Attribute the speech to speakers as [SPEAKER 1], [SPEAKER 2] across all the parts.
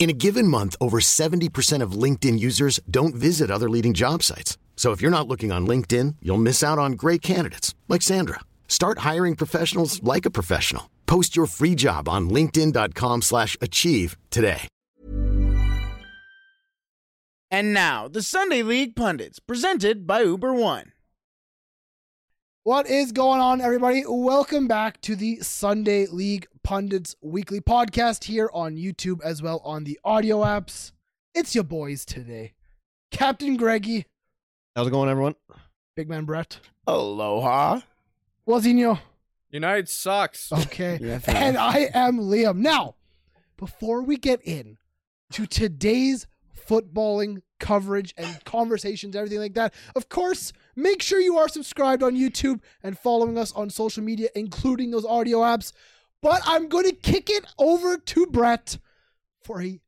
[SPEAKER 1] In a given month, over 70% of LinkedIn users don't visit other leading job sites. So if you're not looking on LinkedIn, you'll miss out on great candidates like Sandra. Start hiring professionals like a professional. Post your free job on linkedin.com/achieve slash achieve today.
[SPEAKER 2] And now, the Sunday League Pundits, presented by Uber One.
[SPEAKER 3] What is going on, everybody? Welcome back to the Sunday League Pundits Weekly Podcast here on YouTube as well on the audio apps. It's your boys today, Captain Greggy,
[SPEAKER 4] How's it going, everyone?
[SPEAKER 3] Big Man Brett,
[SPEAKER 2] Aloha.
[SPEAKER 3] Wazinho.
[SPEAKER 5] United sucks.
[SPEAKER 3] Okay,
[SPEAKER 2] Yeah, fair
[SPEAKER 3] and I am Liam. Now, before we get in to today's footballing coverage and conversations, everything like that, of course, make sure you are subscribed on YouTube and following us on social media, including those audio apps. But I'm going to kick it over to Brett for a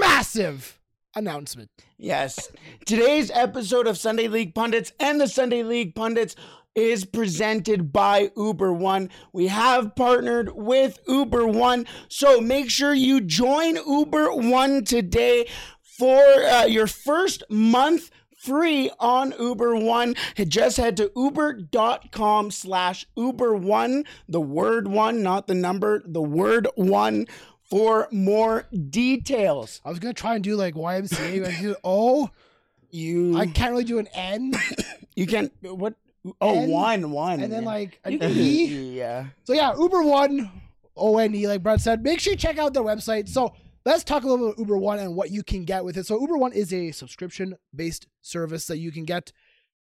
[SPEAKER 3] massive announcement.
[SPEAKER 2] Yes. Today's episode of Sunday League Pundits and the Sunday League Pundits is presented by Uber One. We have partnered with Uber One, so make sure you join Uber One today for uh, your first month free on Uber One. Just head to uber.com slash Uber One, the word one, not the number, the word one for more details.
[SPEAKER 3] I was going to try and do like YMCA, but I did O.
[SPEAKER 2] You
[SPEAKER 3] I can't really do an N.
[SPEAKER 2] You can't. What? Oh,
[SPEAKER 3] And-
[SPEAKER 2] one, one.
[SPEAKER 3] and then, like, an
[SPEAKER 2] You can-
[SPEAKER 3] E.
[SPEAKER 2] Yeah.
[SPEAKER 3] So yeah, Uber One, O N E, like Brett said. Make sure you check out their website. So let's talk a little bit about Uber One and what you can get with it. So Uber One is a subscription-based service that you can get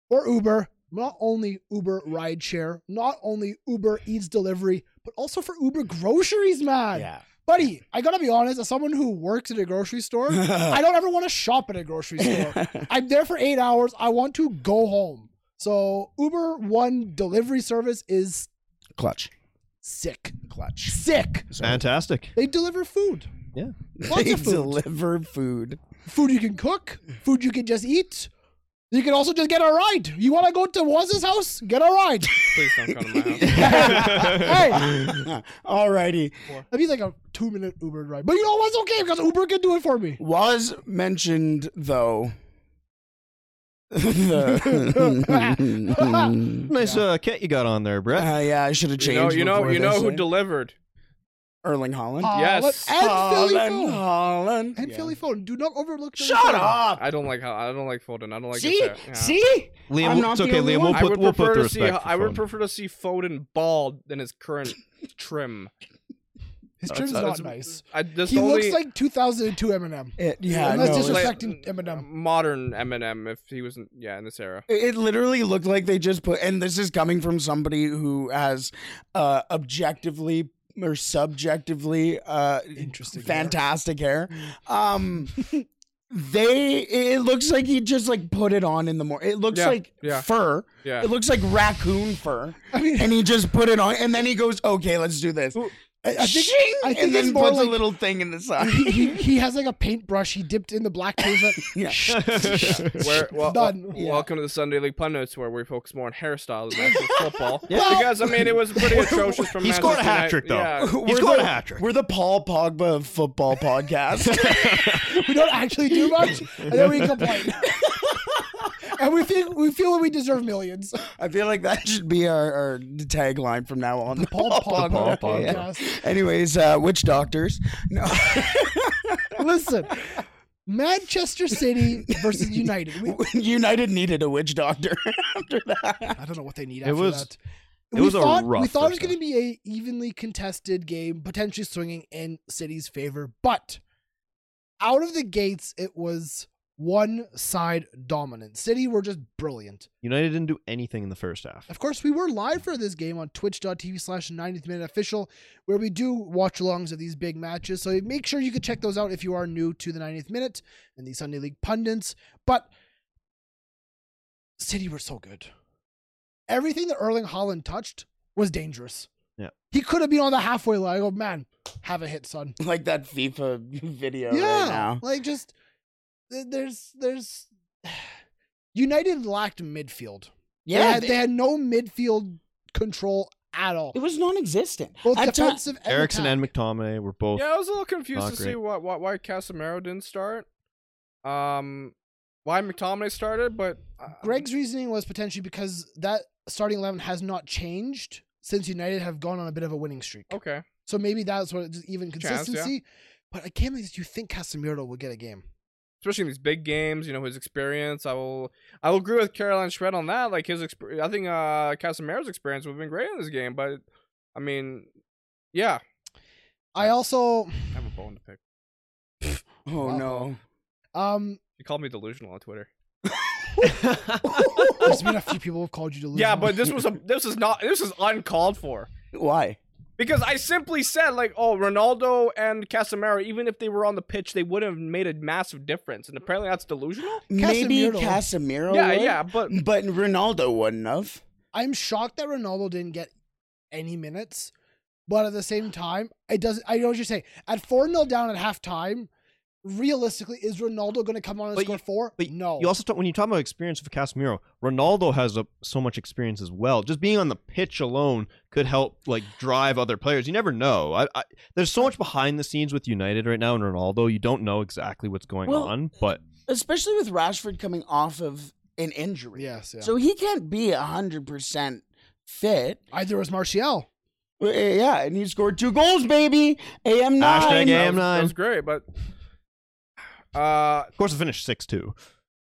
[SPEAKER 3] for Uber, not only Uber rideshare, not only Uber Eats delivery, but also for Uber groceries, man.
[SPEAKER 2] Yeah.
[SPEAKER 3] Buddy, I gotta be honest, as someone who works at a grocery store, I don't ever want to shop at a grocery store. I'm there for eight hours. I want to go home. So Uber One delivery service is
[SPEAKER 2] Clutch.
[SPEAKER 3] sick.
[SPEAKER 2] Clutch.
[SPEAKER 3] Sick.
[SPEAKER 4] Fantastic.
[SPEAKER 3] They deliver food.
[SPEAKER 4] Yeah.
[SPEAKER 3] Lots
[SPEAKER 2] they
[SPEAKER 3] of food.
[SPEAKER 2] deliver food.
[SPEAKER 3] food you can cook, food you can just eat. You can also just get a ride. You want to go to Waz's house? Get a ride.
[SPEAKER 5] Please don't come to my house.
[SPEAKER 3] hey,
[SPEAKER 2] Alrighty.
[SPEAKER 3] that'd be like a two minute Uber ride. But you know what's okay because Uber can do it for me.
[SPEAKER 2] Was mentioned though. the-
[SPEAKER 4] Nice uh, kit you got on there, Brett.
[SPEAKER 2] Uh, yeah, I should have
[SPEAKER 5] You
[SPEAKER 2] changed.
[SPEAKER 5] know, you know,
[SPEAKER 2] before
[SPEAKER 5] you know
[SPEAKER 2] this,
[SPEAKER 5] who
[SPEAKER 2] eh?
[SPEAKER 5] delivered.
[SPEAKER 2] Erling Holland.
[SPEAKER 3] Holland
[SPEAKER 5] Yes.
[SPEAKER 3] And Oh, Philly
[SPEAKER 2] Holland.
[SPEAKER 3] phone.
[SPEAKER 2] Holland.
[SPEAKER 3] And
[SPEAKER 2] Yeah.
[SPEAKER 3] Philly phone. Do not overlook. Philly
[SPEAKER 2] Shut
[SPEAKER 3] phone.
[SPEAKER 2] up.
[SPEAKER 5] I don't like how I don't like Foden. I don't like
[SPEAKER 2] see,
[SPEAKER 5] his hair. Yeah.
[SPEAKER 2] see.
[SPEAKER 4] Liam,
[SPEAKER 2] I'm
[SPEAKER 4] we'll-
[SPEAKER 2] not
[SPEAKER 4] it's
[SPEAKER 2] the
[SPEAKER 4] okay,
[SPEAKER 2] only
[SPEAKER 4] Liam.
[SPEAKER 2] one.
[SPEAKER 4] We'll
[SPEAKER 5] I
[SPEAKER 4] put,
[SPEAKER 5] would
[SPEAKER 4] we'll
[SPEAKER 5] prefer
[SPEAKER 4] put the
[SPEAKER 5] to see
[SPEAKER 4] respect. for
[SPEAKER 5] I would
[SPEAKER 4] Foden.
[SPEAKER 5] prefer to see Foden bald than his current trim.
[SPEAKER 3] His trim's not
[SPEAKER 5] That's- that's-
[SPEAKER 3] nice.
[SPEAKER 5] I, that's
[SPEAKER 3] He
[SPEAKER 5] the only
[SPEAKER 3] looks like 2002 Eminem.
[SPEAKER 2] It, yeah,
[SPEAKER 3] Unless
[SPEAKER 2] no,
[SPEAKER 3] it's
[SPEAKER 2] it-
[SPEAKER 3] just- disrespecting Eminem.
[SPEAKER 5] uh, modern Eminem. If he wasn't, yeah, in this era.
[SPEAKER 2] It literally looked like they just put, and this is coming from somebody who has uh, objectively or subjectively uh,
[SPEAKER 3] Interesting hair. Mm.
[SPEAKER 2] fantastic hair. Um, they, it looks like he just like put it on in the morning. It looks
[SPEAKER 5] Yeah,
[SPEAKER 2] like
[SPEAKER 5] yeah.
[SPEAKER 2] fur.
[SPEAKER 5] Yeah.
[SPEAKER 2] It looks like raccoon fur.
[SPEAKER 3] I mean,
[SPEAKER 2] And he just put it on, and then he goes, "Okay, let's do this."
[SPEAKER 3] Well, I- I think-
[SPEAKER 2] Shing!
[SPEAKER 3] I think
[SPEAKER 2] and then
[SPEAKER 3] it's more
[SPEAKER 2] puts
[SPEAKER 3] like-
[SPEAKER 2] a little thing in the side.
[SPEAKER 3] he, he, he has like a paintbrush. He dipped in the black paint.
[SPEAKER 2] Yeah.
[SPEAKER 5] Where, well,
[SPEAKER 3] Done.
[SPEAKER 5] well,
[SPEAKER 3] Yeah.
[SPEAKER 5] Welcome to the Sunday League Pundits, where we focus more on hairstyles than actual football. Because I mean, it was pretty atrocious from.
[SPEAKER 4] He scored a
[SPEAKER 5] Manchester
[SPEAKER 4] hat
[SPEAKER 5] United-
[SPEAKER 4] trick, though.
[SPEAKER 5] Yeah.
[SPEAKER 4] He scored a hat trick.
[SPEAKER 2] We're the Paul Pogba of football podcast.
[SPEAKER 3] we don't actually do much, and then we complain. and we feel we feel that we deserve millions.
[SPEAKER 2] I feel like that should be our, our tagline from now on. The
[SPEAKER 3] Paul Pogba
[SPEAKER 2] Yeah.
[SPEAKER 3] podcast.
[SPEAKER 2] Anyways, uh, witch doctors. No.
[SPEAKER 3] Listen, Manchester City versus United. We,
[SPEAKER 2] United needed a witch doctor after that.
[SPEAKER 3] I don't know what they need
[SPEAKER 4] It
[SPEAKER 3] after
[SPEAKER 4] was-
[SPEAKER 3] that.
[SPEAKER 4] it
[SPEAKER 3] we
[SPEAKER 4] was a
[SPEAKER 3] thought,
[SPEAKER 4] rough
[SPEAKER 3] we thought it was
[SPEAKER 4] first
[SPEAKER 3] going to be a evenly contested game, potentially swinging in City's favor, but out of the gates, it was one side dominant. City were just brilliant.
[SPEAKER 4] United didn't do anything in the first half.
[SPEAKER 3] Of course, we were live for this game on twitch.tv slash 90th minute official, where we do watch alongs of these big matches. So make sure you can check those out if you are new to the 90th minute and the Sunday League pundits. But City were so good. Everything that Erling Holland touched was dangerous.
[SPEAKER 4] Yeah.
[SPEAKER 3] He could have been on the halfway line. Oh, man, have a hit, son.
[SPEAKER 2] Like that FIFA video
[SPEAKER 3] yeah.
[SPEAKER 2] right now.
[SPEAKER 3] Like just th- there's there's United lacked midfield. They
[SPEAKER 2] Yeah,
[SPEAKER 3] had, they had no midfield control at all.
[SPEAKER 2] it was non-existent.
[SPEAKER 3] Both
[SPEAKER 2] At ti-
[SPEAKER 3] defensive and
[SPEAKER 4] Erickson
[SPEAKER 3] attack.
[SPEAKER 4] and McTominay were both.
[SPEAKER 5] Yeah, I was a little confused
[SPEAKER 4] Not
[SPEAKER 5] to
[SPEAKER 4] great.
[SPEAKER 5] see why, why why Casemiro didn't start. Um, why McTominay started, but uh,
[SPEAKER 3] Greg's reasoning was potentially because that starting eleven has not changed since United have gone on a bit of a winning streak.
[SPEAKER 5] okay.
[SPEAKER 3] So maybe that's what just even
[SPEAKER 5] Chance, yeah.
[SPEAKER 3] consistency. But I can't believe that you think Casemiro will get a game.
[SPEAKER 5] Especially in these big games, you know his experience. I will, I will agree with Caroline Shred on that. Like his, exp- I think uh Casemiro's experience would have been great in this game, but I mean, yeah,
[SPEAKER 3] I also
[SPEAKER 5] I have a bone to pick.
[SPEAKER 2] Oh
[SPEAKER 3] Wow.
[SPEAKER 2] no.
[SPEAKER 3] um
[SPEAKER 5] You called me delusional on Twitter.
[SPEAKER 3] there's been a few people who've called you delusional.
[SPEAKER 5] Yeah, but this was a, this is not, this is uncalled for.
[SPEAKER 2] Why?
[SPEAKER 5] Because I simply said, like, oh, Ronaldo and Casemiro, even if they were on the pitch, they would have made a massive difference. And apparently that's delusional?
[SPEAKER 2] Maybe
[SPEAKER 3] Casemiro.
[SPEAKER 2] Casemiro.
[SPEAKER 5] yeah,
[SPEAKER 2] would,
[SPEAKER 5] yeah, but
[SPEAKER 2] But Ronaldo wouldn't have.
[SPEAKER 3] I'm shocked that Ronaldo didn't get any minutes, but at the same time, it doesn't. I know what you're saying. At four 0 down at halftime, realistically, is Ronaldo going to come on and
[SPEAKER 4] But
[SPEAKER 3] score
[SPEAKER 4] you-
[SPEAKER 3] four?
[SPEAKER 4] But
[SPEAKER 3] no.
[SPEAKER 4] you also talk, when you talk about experience of Casemiro, Ronaldo has a, so much experience as well. Just being on the pitch alone could help like drive other players. You never know. I, I, there's so much behind the scenes with United right now and Ronaldo. You don't know exactly what's going
[SPEAKER 2] Well-
[SPEAKER 4] on, but
[SPEAKER 2] Especially with Rashford coming off of an injury.
[SPEAKER 3] yes. Yeah.
[SPEAKER 2] So he can't be hundred percent fit.
[SPEAKER 3] either was Martial.
[SPEAKER 2] Well, eh, Yeah, and he scored two goals, baby. AM nine.
[SPEAKER 4] Hashtag AM
[SPEAKER 5] that was, that
[SPEAKER 4] nine.
[SPEAKER 5] was great, but uh
[SPEAKER 4] Of course, it finished six two.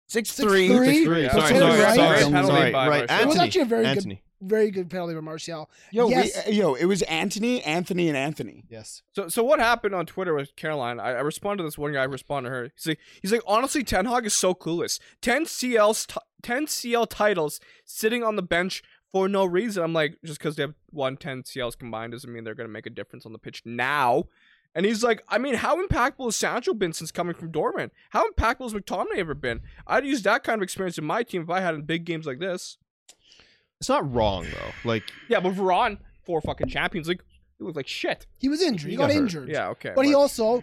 [SPEAKER 2] Six
[SPEAKER 3] Six,
[SPEAKER 2] three.
[SPEAKER 3] three.
[SPEAKER 5] Yeah.
[SPEAKER 4] Sorry,
[SPEAKER 3] It was
[SPEAKER 4] sorry,
[SPEAKER 3] right.
[SPEAKER 4] sorry,
[SPEAKER 3] It was
[SPEAKER 4] sorry.
[SPEAKER 5] by
[SPEAKER 4] Right,
[SPEAKER 5] Martial.
[SPEAKER 3] It was actually a very good-
[SPEAKER 4] Anthony. eh,
[SPEAKER 3] Very good penalty by Martial.
[SPEAKER 2] Yo,
[SPEAKER 3] yes.
[SPEAKER 2] we, eh, yo, it was Anthony, Anthony, and Anthony.
[SPEAKER 3] yes.
[SPEAKER 5] so so what happened on Twitter with Caroline? I, I responded to this one guy, I responded to her. He's like he's like, honestly, Ten Hog is so clueless. Ten CL's t- ten CL titles sitting on the bench for no reason. I'm like, just because they have one 10 CLs combined doesn't mean they're gonna make a difference on the pitch now. And he's like, I mean, how impactful has Sancho been since coming from Dortmund? How impactful has McTominay ever been? I'd use that kind of experience in my team if I had in big games like this.
[SPEAKER 4] It's not wrong though. Like
[SPEAKER 5] Yeah, but Veron, four fucking champions, like he looked like shit.
[SPEAKER 3] He was injured. He,
[SPEAKER 4] He
[SPEAKER 3] got,
[SPEAKER 4] got hurt.
[SPEAKER 3] injured.
[SPEAKER 5] Yeah, okay.
[SPEAKER 3] But he also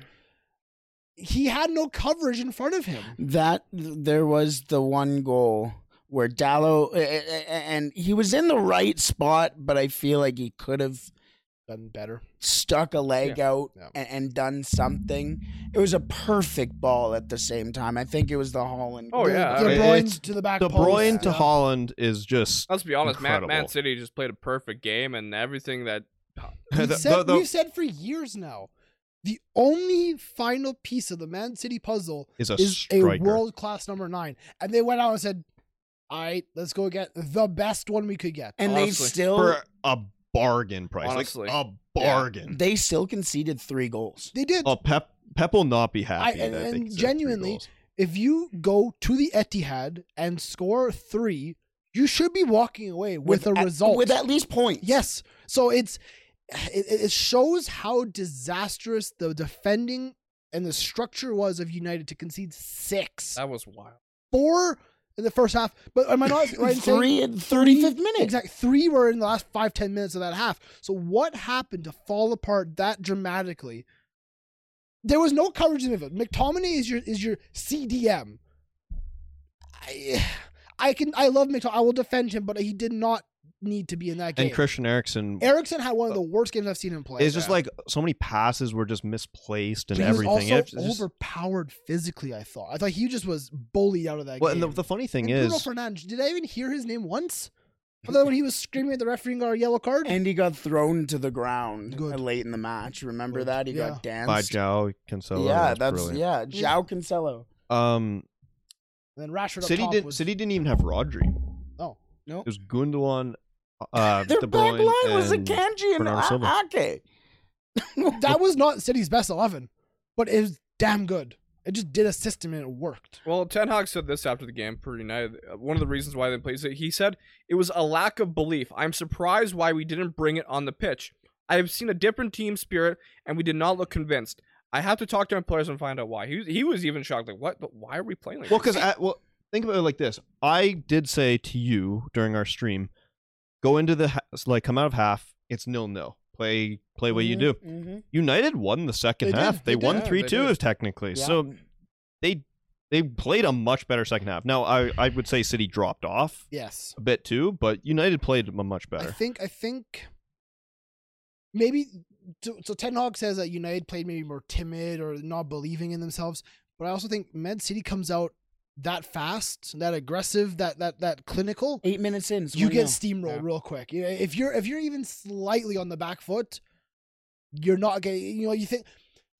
[SPEAKER 3] he had no coverage in front of him.
[SPEAKER 2] That there was the one goal where Dallo eh, eh, eh, and he was in the right spot, but I feel like he could have
[SPEAKER 3] Done better.
[SPEAKER 2] stuck a leg out
[SPEAKER 3] Yeah.
[SPEAKER 2] And, and done something. It was a perfect ball at the same time. I think it was the Holland.
[SPEAKER 5] Oh,
[SPEAKER 2] goal.
[SPEAKER 5] yeah.
[SPEAKER 3] De
[SPEAKER 4] it-
[SPEAKER 3] Bruyne
[SPEAKER 4] it's-
[SPEAKER 3] to the back.
[SPEAKER 4] De
[SPEAKER 3] post.
[SPEAKER 4] Bruyne to
[SPEAKER 3] Yeah.
[SPEAKER 4] Holland is just
[SPEAKER 5] let's be honest, Man, Man
[SPEAKER 4] incredible.
[SPEAKER 5] City just played a perfect game and everything that
[SPEAKER 3] We've,
[SPEAKER 4] The-
[SPEAKER 3] said,
[SPEAKER 4] the- the-
[SPEAKER 3] we've said for years now, the only final piece of the Man City puzzle
[SPEAKER 4] is a
[SPEAKER 3] is a
[SPEAKER 4] striker.
[SPEAKER 3] world class number nine, and they went out and said, "All right, let's go get the best one we could get."
[SPEAKER 2] And they
[SPEAKER 5] Honestly.
[SPEAKER 2] still
[SPEAKER 4] for a bargain price.
[SPEAKER 5] Honestly.
[SPEAKER 4] Like a bargain.
[SPEAKER 2] they still conceded three goals.
[SPEAKER 3] They did.
[SPEAKER 4] Oh, Pep Pep will not be happy.
[SPEAKER 3] I- and-
[SPEAKER 4] that they
[SPEAKER 3] and
[SPEAKER 4] conceded three
[SPEAKER 3] genuinely-
[SPEAKER 4] goals.
[SPEAKER 3] If you go to the Etihad and score three, you should be walking away with, a
[SPEAKER 2] at-
[SPEAKER 3] result.
[SPEAKER 2] with at least points.
[SPEAKER 3] Yes. So it's it, it shows how disastrous the defending and the structure was of United to concede six,
[SPEAKER 5] that was wild.
[SPEAKER 3] four in the first half. But am I not right? in saying
[SPEAKER 2] three and thirty fifth minute.
[SPEAKER 3] Exactly. Three were in the last five, ten minutes of that half. So what happened to fall apart that dramatically? There was no coverage in the midfield. McTominay is your is your CDM. I, I can I love McTominay. I will defend him, but he did not need to be in that game.
[SPEAKER 4] And Christian Eriksen
[SPEAKER 3] Erickson had one of the worst games I've seen him play.
[SPEAKER 4] is just like so many passes were just misplaced and
[SPEAKER 3] he was
[SPEAKER 4] everything.
[SPEAKER 3] also
[SPEAKER 4] It's just-
[SPEAKER 3] overpowered physically. I thought. I thought he just was bullied out of that
[SPEAKER 4] well,
[SPEAKER 3] game.
[SPEAKER 4] and the, the funny thing
[SPEAKER 3] And Bruno
[SPEAKER 4] is,
[SPEAKER 3] Fernandes. Did I even hear his name once? Other than when he was screaming at the referee and got a yellow card.
[SPEAKER 2] And he got thrown to the ground uh,
[SPEAKER 3] Good.
[SPEAKER 2] late in the match. Remember
[SPEAKER 3] Good.
[SPEAKER 2] that he
[SPEAKER 3] Yeah.
[SPEAKER 2] got danced
[SPEAKER 4] by Jao Cancelo,
[SPEAKER 2] yeah,
[SPEAKER 4] that's,
[SPEAKER 2] that's
[SPEAKER 4] brilliant.
[SPEAKER 2] yeah.
[SPEAKER 3] Yeah.
[SPEAKER 2] Jao Cancelo.
[SPEAKER 4] Um,
[SPEAKER 3] And then Rashford up
[SPEAKER 4] City
[SPEAKER 3] top
[SPEAKER 4] didn't.
[SPEAKER 3] was,
[SPEAKER 4] City didn't even have Rodri. It
[SPEAKER 3] Oh no.
[SPEAKER 4] was Gundogan. Uh,
[SPEAKER 2] Their
[SPEAKER 4] De
[SPEAKER 2] back
[SPEAKER 4] Bruyne
[SPEAKER 2] line was a
[SPEAKER 4] and-
[SPEAKER 2] Kanji and
[SPEAKER 4] Bernardo Silva.
[SPEAKER 2] A- Ake.
[SPEAKER 3] That was not City's best eleven, but it was damn good. It just did a system and it worked.
[SPEAKER 5] Well, Ten Hag said this after the game per United. uh, One of the reasons why they played it, he said it was a lack of belief. I'm surprised why we didn't bring it on the pitch. I have seen a different team spirit, and we did not look convinced. I have to talk to my players and find out why. He was, he was even shocked, like, what? But why are we playing like
[SPEAKER 4] Well,
[SPEAKER 5] this?
[SPEAKER 4] because well, think about it like this. I did say to you during our stream, go into the ha- like come out of half. It's nil nil. Play play what you do.
[SPEAKER 2] Mm-hmm.
[SPEAKER 4] United won the second
[SPEAKER 3] They did,
[SPEAKER 4] half. They,
[SPEAKER 3] they did.
[SPEAKER 4] won
[SPEAKER 5] Yeah, they
[SPEAKER 4] three two
[SPEAKER 5] did.
[SPEAKER 4] technically.
[SPEAKER 2] Yeah.
[SPEAKER 4] So they they played a much better second half. Now I I would say City dropped off
[SPEAKER 3] Yes.
[SPEAKER 4] a bit too, but United played m- much
[SPEAKER 3] I
[SPEAKER 4] better.
[SPEAKER 3] think I think maybe so, so Ten Hag says that United played maybe more timid or not believing in themselves, but I also think Med City comes out that fast, that aggressive, that that that clinical.
[SPEAKER 2] Eight minutes in, it's
[SPEAKER 3] you
[SPEAKER 2] 1-0.
[SPEAKER 3] get steamrolled
[SPEAKER 5] Yeah.
[SPEAKER 3] real quick. You know, If you're if you're even slightly on the back foot, you're not getting. You know, you think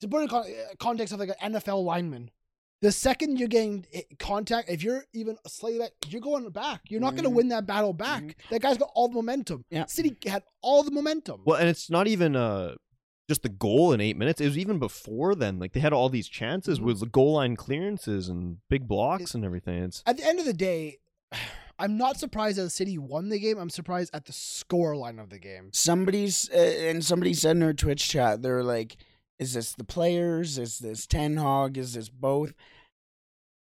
[SPEAKER 3] to put it in con- uh, context of like an NFL lineman, the second you're getting hit- contact, if you're even slightly back, you're going back. You're not going
[SPEAKER 2] Mhm.
[SPEAKER 3] to win that battle back. That guy's got all the momentum.
[SPEAKER 2] Yeah.
[SPEAKER 3] City had all the momentum.
[SPEAKER 4] Well, and it's not even uh just the goal in eight minutes. It was even before then. Like they had all these chances with the goal line clearances and big blocks and everything. It's
[SPEAKER 3] At the end of the day, I'm not surprised that City won the game. I'm surprised at the score line of the game.
[SPEAKER 2] Somebody's uh, and somebody said in our Twitch chat, they're like, "Is this the players? Is this Ten Hog? Is this both?"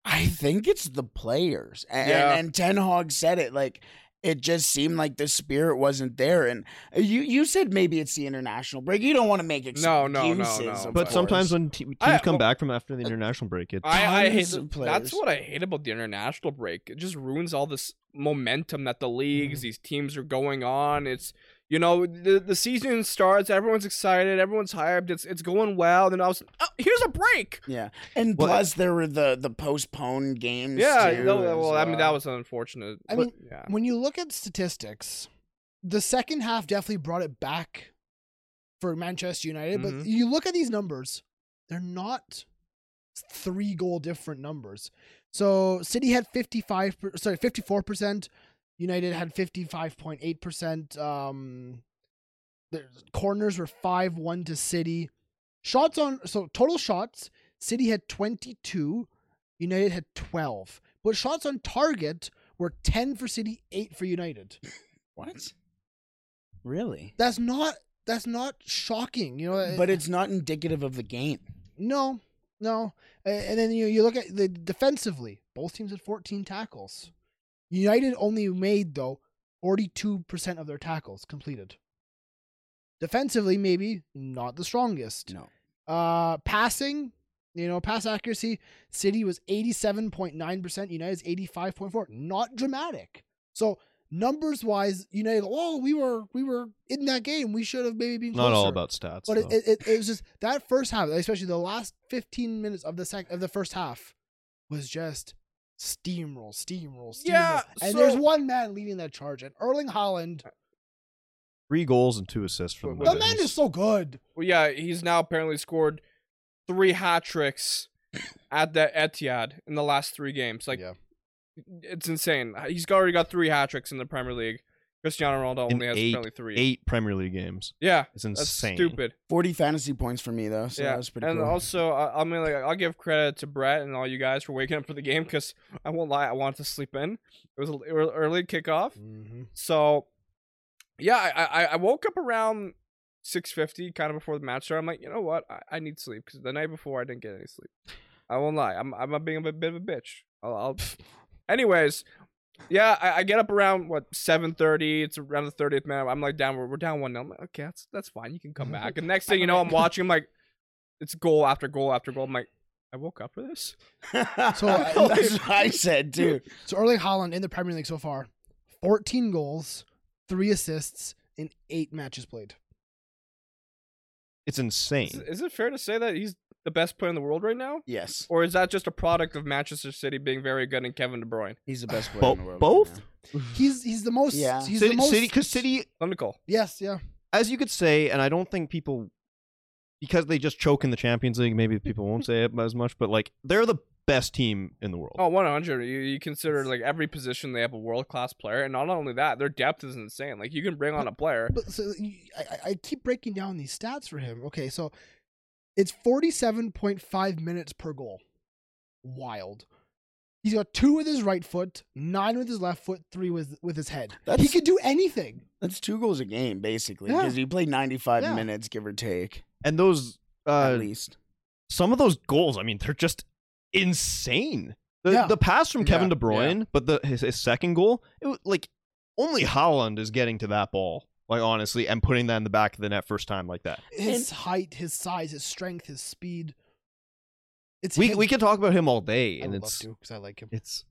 [SPEAKER 2] I think it's the players, and
[SPEAKER 5] Yeah.
[SPEAKER 2] and Ten Hog said it like it just seemed like the spirit wasn't there. And uh, you you said maybe it's the international break. You don't want to make excuses.
[SPEAKER 5] No, no, no, no.
[SPEAKER 2] of
[SPEAKER 4] But
[SPEAKER 2] course.
[SPEAKER 4] sometimes when te- teams
[SPEAKER 5] I-
[SPEAKER 4] come
[SPEAKER 5] well-
[SPEAKER 4] back from after the international break, it's
[SPEAKER 5] I, I hate
[SPEAKER 2] Tons of players.
[SPEAKER 5] that's what I hate about the international break. It just ruins all this momentum that the leagues, these teams are going on. It's you know the the season starts, everyone's excited, everyone's hyped, it's it's going well. Then all of a sudden, oh, here's a break.
[SPEAKER 2] yeah, and
[SPEAKER 4] Well,
[SPEAKER 2] plus there were the the postponed games.
[SPEAKER 5] Yeah,
[SPEAKER 2] too,
[SPEAKER 5] no,
[SPEAKER 2] as
[SPEAKER 5] well, I mean that
[SPEAKER 2] well.
[SPEAKER 5] was unfortunate.
[SPEAKER 3] I
[SPEAKER 5] but-
[SPEAKER 3] mean,
[SPEAKER 5] yeah.
[SPEAKER 3] when you look at statistics, the second half definitely brought it back for Manchester United.
[SPEAKER 5] Mhm.
[SPEAKER 3] But you look at these numbers, they're not three goal different numbers. So City had 55, per- sorry, 54%. United had 55.8%. Um, their corners were 5 1 to City. Shots on, so total shots, City had 22, United had 12. But shots on target were 10 for City, 8 for United.
[SPEAKER 2] what really,
[SPEAKER 3] That's not that's not shocking, you know.
[SPEAKER 2] but it's not indicative of the game.
[SPEAKER 3] no, no. A- And then you you look at the defensively, both teams had 14 tackles. United only made though 42% of their tackles completed. Defensively, maybe not the strongest.
[SPEAKER 2] No.
[SPEAKER 3] Uh, passing, you know, pass accuracy, City was 87.9%, United's 85.4. Not dramatic. So numbers wise, United, oh, we were we were in that game. We should have maybe been
[SPEAKER 4] not all
[SPEAKER 3] closer."
[SPEAKER 4] about stats.
[SPEAKER 3] But it,
[SPEAKER 4] though.
[SPEAKER 3] it, it, it was just that first half, especially the last 15 minutes of the sec- of the first half, was just steamroll, steamroll, steamroll.
[SPEAKER 5] Yeah,
[SPEAKER 3] and
[SPEAKER 5] so-
[SPEAKER 3] there's one man leading that charge, and Erling Holland.
[SPEAKER 4] three goals and two assists from
[SPEAKER 5] But
[SPEAKER 3] The
[SPEAKER 5] it
[SPEAKER 3] man
[SPEAKER 4] Netherlands.
[SPEAKER 3] is so good.
[SPEAKER 5] Well, yeah, he's now apparently scored three hat tricks at the Etihad in the last three games. Like
[SPEAKER 3] Yeah.
[SPEAKER 5] it's insane. He's already got three hat tricks in the Premier League. Cristiano Ronaldo
[SPEAKER 4] In
[SPEAKER 5] only has
[SPEAKER 4] eight-
[SPEAKER 5] apparently three.
[SPEAKER 4] eight Premier League games.
[SPEAKER 5] Yeah,
[SPEAKER 4] It's
[SPEAKER 5] that's
[SPEAKER 4] insane.
[SPEAKER 5] stupid.
[SPEAKER 2] 40 fantasy points for me though, so that was pretty
[SPEAKER 5] and
[SPEAKER 2] cool.
[SPEAKER 5] also I, I mean, like, I'll give credit to Brett and all you guys for waking up for the game because I won't lie, I wanted to sleep in. It was an early kickoff, so yeah, I, I I woke up around six fifty, kind of before the match started. I'm like, you know what, I, I need sleep because the night before I didn't get any sleep. I won't lie, I'm I'm a being a bit, bit of a bitch. I'll, I'll anyways. Yeah, I, I get up around what seven thirty. It's around the thirtieth minute. I'm like down. We're, we're down one. I'm like, okay, that's that's fine. You can come back. And next thing you know, I'm watching. I'm like, it's goal after goal after goal. I'm like, I woke up for this.
[SPEAKER 3] So, I-
[SPEAKER 2] that's what I said too.
[SPEAKER 3] So Erling Holland in the Premier League so far, 14 goals, three assists in eight matches played.
[SPEAKER 4] It's
[SPEAKER 5] Is,
[SPEAKER 4] insane.
[SPEAKER 5] is it fair to say that he's the best player in the world right now?
[SPEAKER 2] Yes,
[SPEAKER 5] Or is that just a product of Manchester City being very good and Kevin De Bruyne?
[SPEAKER 2] he's the best player
[SPEAKER 4] Bo-
[SPEAKER 2] in the world.
[SPEAKER 4] both?
[SPEAKER 2] right
[SPEAKER 3] He's he's the most.
[SPEAKER 2] Yeah.
[SPEAKER 3] He's
[SPEAKER 4] City,
[SPEAKER 3] the most.
[SPEAKER 4] because City,
[SPEAKER 5] Clinical.
[SPEAKER 3] Yes. Yeah.
[SPEAKER 4] as you could say, and I don't think people, because they just choke in the Champions League, maybe people won't say it as much. But like, they're the best team in the world.
[SPEAKER 5] Oh, 100. You, you consider like every position they have a world class player, and not only that, their depth is insane. Like you can bring on a player.
[SPEAKER 3] But so you, I, I- I keep breaking down these stats for him. Okay, so it's forty-seven point five minutes per goal. wild. He's got two with his right foot, nine with his left foot, three with with his head. he
[SPEAKER 2] That's-
[SPEAKER 3] could do anything.
[SPEAKER 2] That's two goals a game, basically,
[SPEAKER 3] Yeah.
[SPEAKER 2] because you play 95
[SPEAKER 3] Yeah.
[SPEAKER 2] minutes, give or take,
[SPEAKER 4] And those uh,
[SPEAKER 2] at least.
[SPEAKER 4] some of those goals, I mean, they're just insane. The,
[SPEAKER 3] Yeah.
[SPEAKER 4] the pass from Kevin
[SPEAKER 5] Yeah,
[SPEAKER 4] De Bruyne, but the his, his second goal, it was like only Holland is getting to that ball, like honestly, and putting that in the back of the net first time like that.
[SPEAKER 3] His height, his size, his strength, his speed. It's
[SPEAKER 4] we
[SPEAKER 3] him.
[SPEAKER 4] we can talk about him all day,
[SPEAKER 3] I
[SPEAKER 4] and
[SPEAKER 3] would
[SPEAKER 4] it's
[SPEAKER 3] love to because I like him.
[SPEAKER 4] it's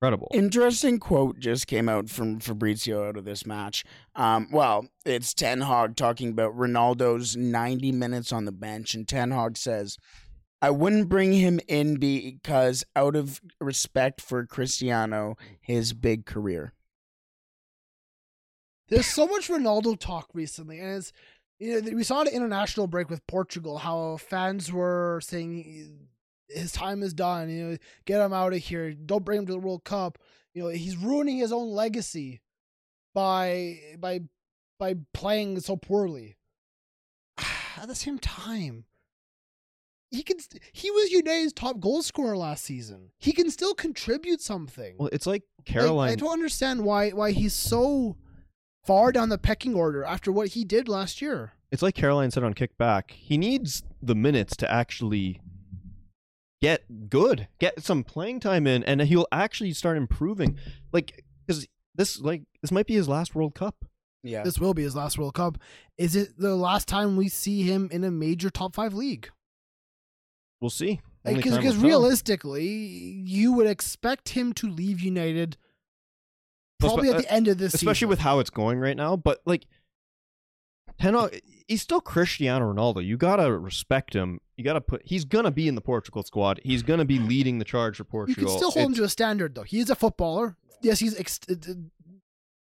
[SPEAKER 4] incredible.
[SPEAKER 2] Interesting quote just came out from Fabrizio out of this match. Um, well, it's Ten Hog talking about Ronaldo's 90 minutes on the bench, and Ten Hog says, "I wouldn't bring him in because out of respect for Cristiano, his big career."
[SPEAKER 3] There's so much Ronaldo talk recently, and it's you know we saw an international break with Portugal how fans were saying his time is done. You know, get him out of here. Don't bring him to the World Cup. You know, he's ruining his own legacy by by by playing so poorly. At the same time, he can st- he was United's top goal scorer last season. He can still contribute something.
[SPEAKER 4] Well, it's like
[SPEAKER 3] Like,
[SPEAKER 4] Caroline.
[SPEAKER 3] I, don't understand why why he's so far down the pecking order after what he did last year.
[SPEAKER 4] it's like Caroline said on Kickback. He needs the minutes to actually get good, get some playing time in, and he'll actually start improving. Like, because this, like, this might be his last World Cup.
[SPEAKER 2] Yeah,
[SPEAKER 3] This will be his last World Cup. Is it the last time we see him in a major top five league?
[SPEAKER 4] We'll see. Only time
[SPEAKER 3] Because
[SPEAKER 4] will tell.
[SPEAKER 3] realistically, you would expect him to leave United
[SPEAKER 4] Well,
[SPEAKER 3] probably
[SPEAKER 4] spe-
[SPEAKER 3] at the end of this
[SPEAKER 4] especially
[SPEAKER 3] season.
[SPEAKER 4] with how it's going right now. But like, Heno, he's still Cristiano Ronaldo. You gotta respect him. You gotta put. He's gonna be in the Portugal squad. He's gonna be leading the charge for
[SPEAKER 3] you
[SPEAKER 4] Portugal.
[SPEAKER 3] can still hold him
[SPEAKER 4] It's-
[SPEAKER 3] to a standard though. He is a footballer. Yes, he's ex- uh, uh,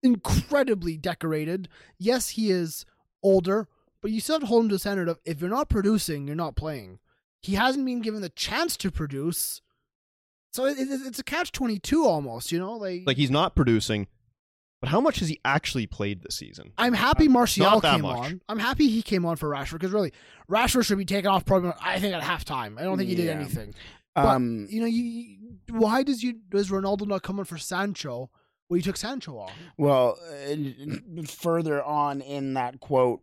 [SPEAKER 3] incredibly decorated. Yes, he is older, but you still have to hold him to a standard of if you're not producing, you're not playing. He hasn't been given the chance to produce, so it, it, it's a catch twenty two almost. You know, like,
[SPEAKER 4] like he's not producing. But how much has he actually played this season?
[SPEAKER 3] I'm happy Martial
[SPEAKER 4] Not that
[SPEAKER 3] came
[SPEAKER 4] much.
[SPEAKER 3] on. I'm happy he came on for Rashford because really, Rashford should be taken off. Probably, I think at halftime. I don't think he did
[SPEAKER 2] Yeah.
[SPEAKER 3] anything.
[SPEAKER 2] um,
[SPEAKER 3] but, Mm. you know, you, you why does you does Ronaldo not come on for Sancho? Well, you took Sancho off.
[SPEAKER 2] Well, uh, further on in that quote,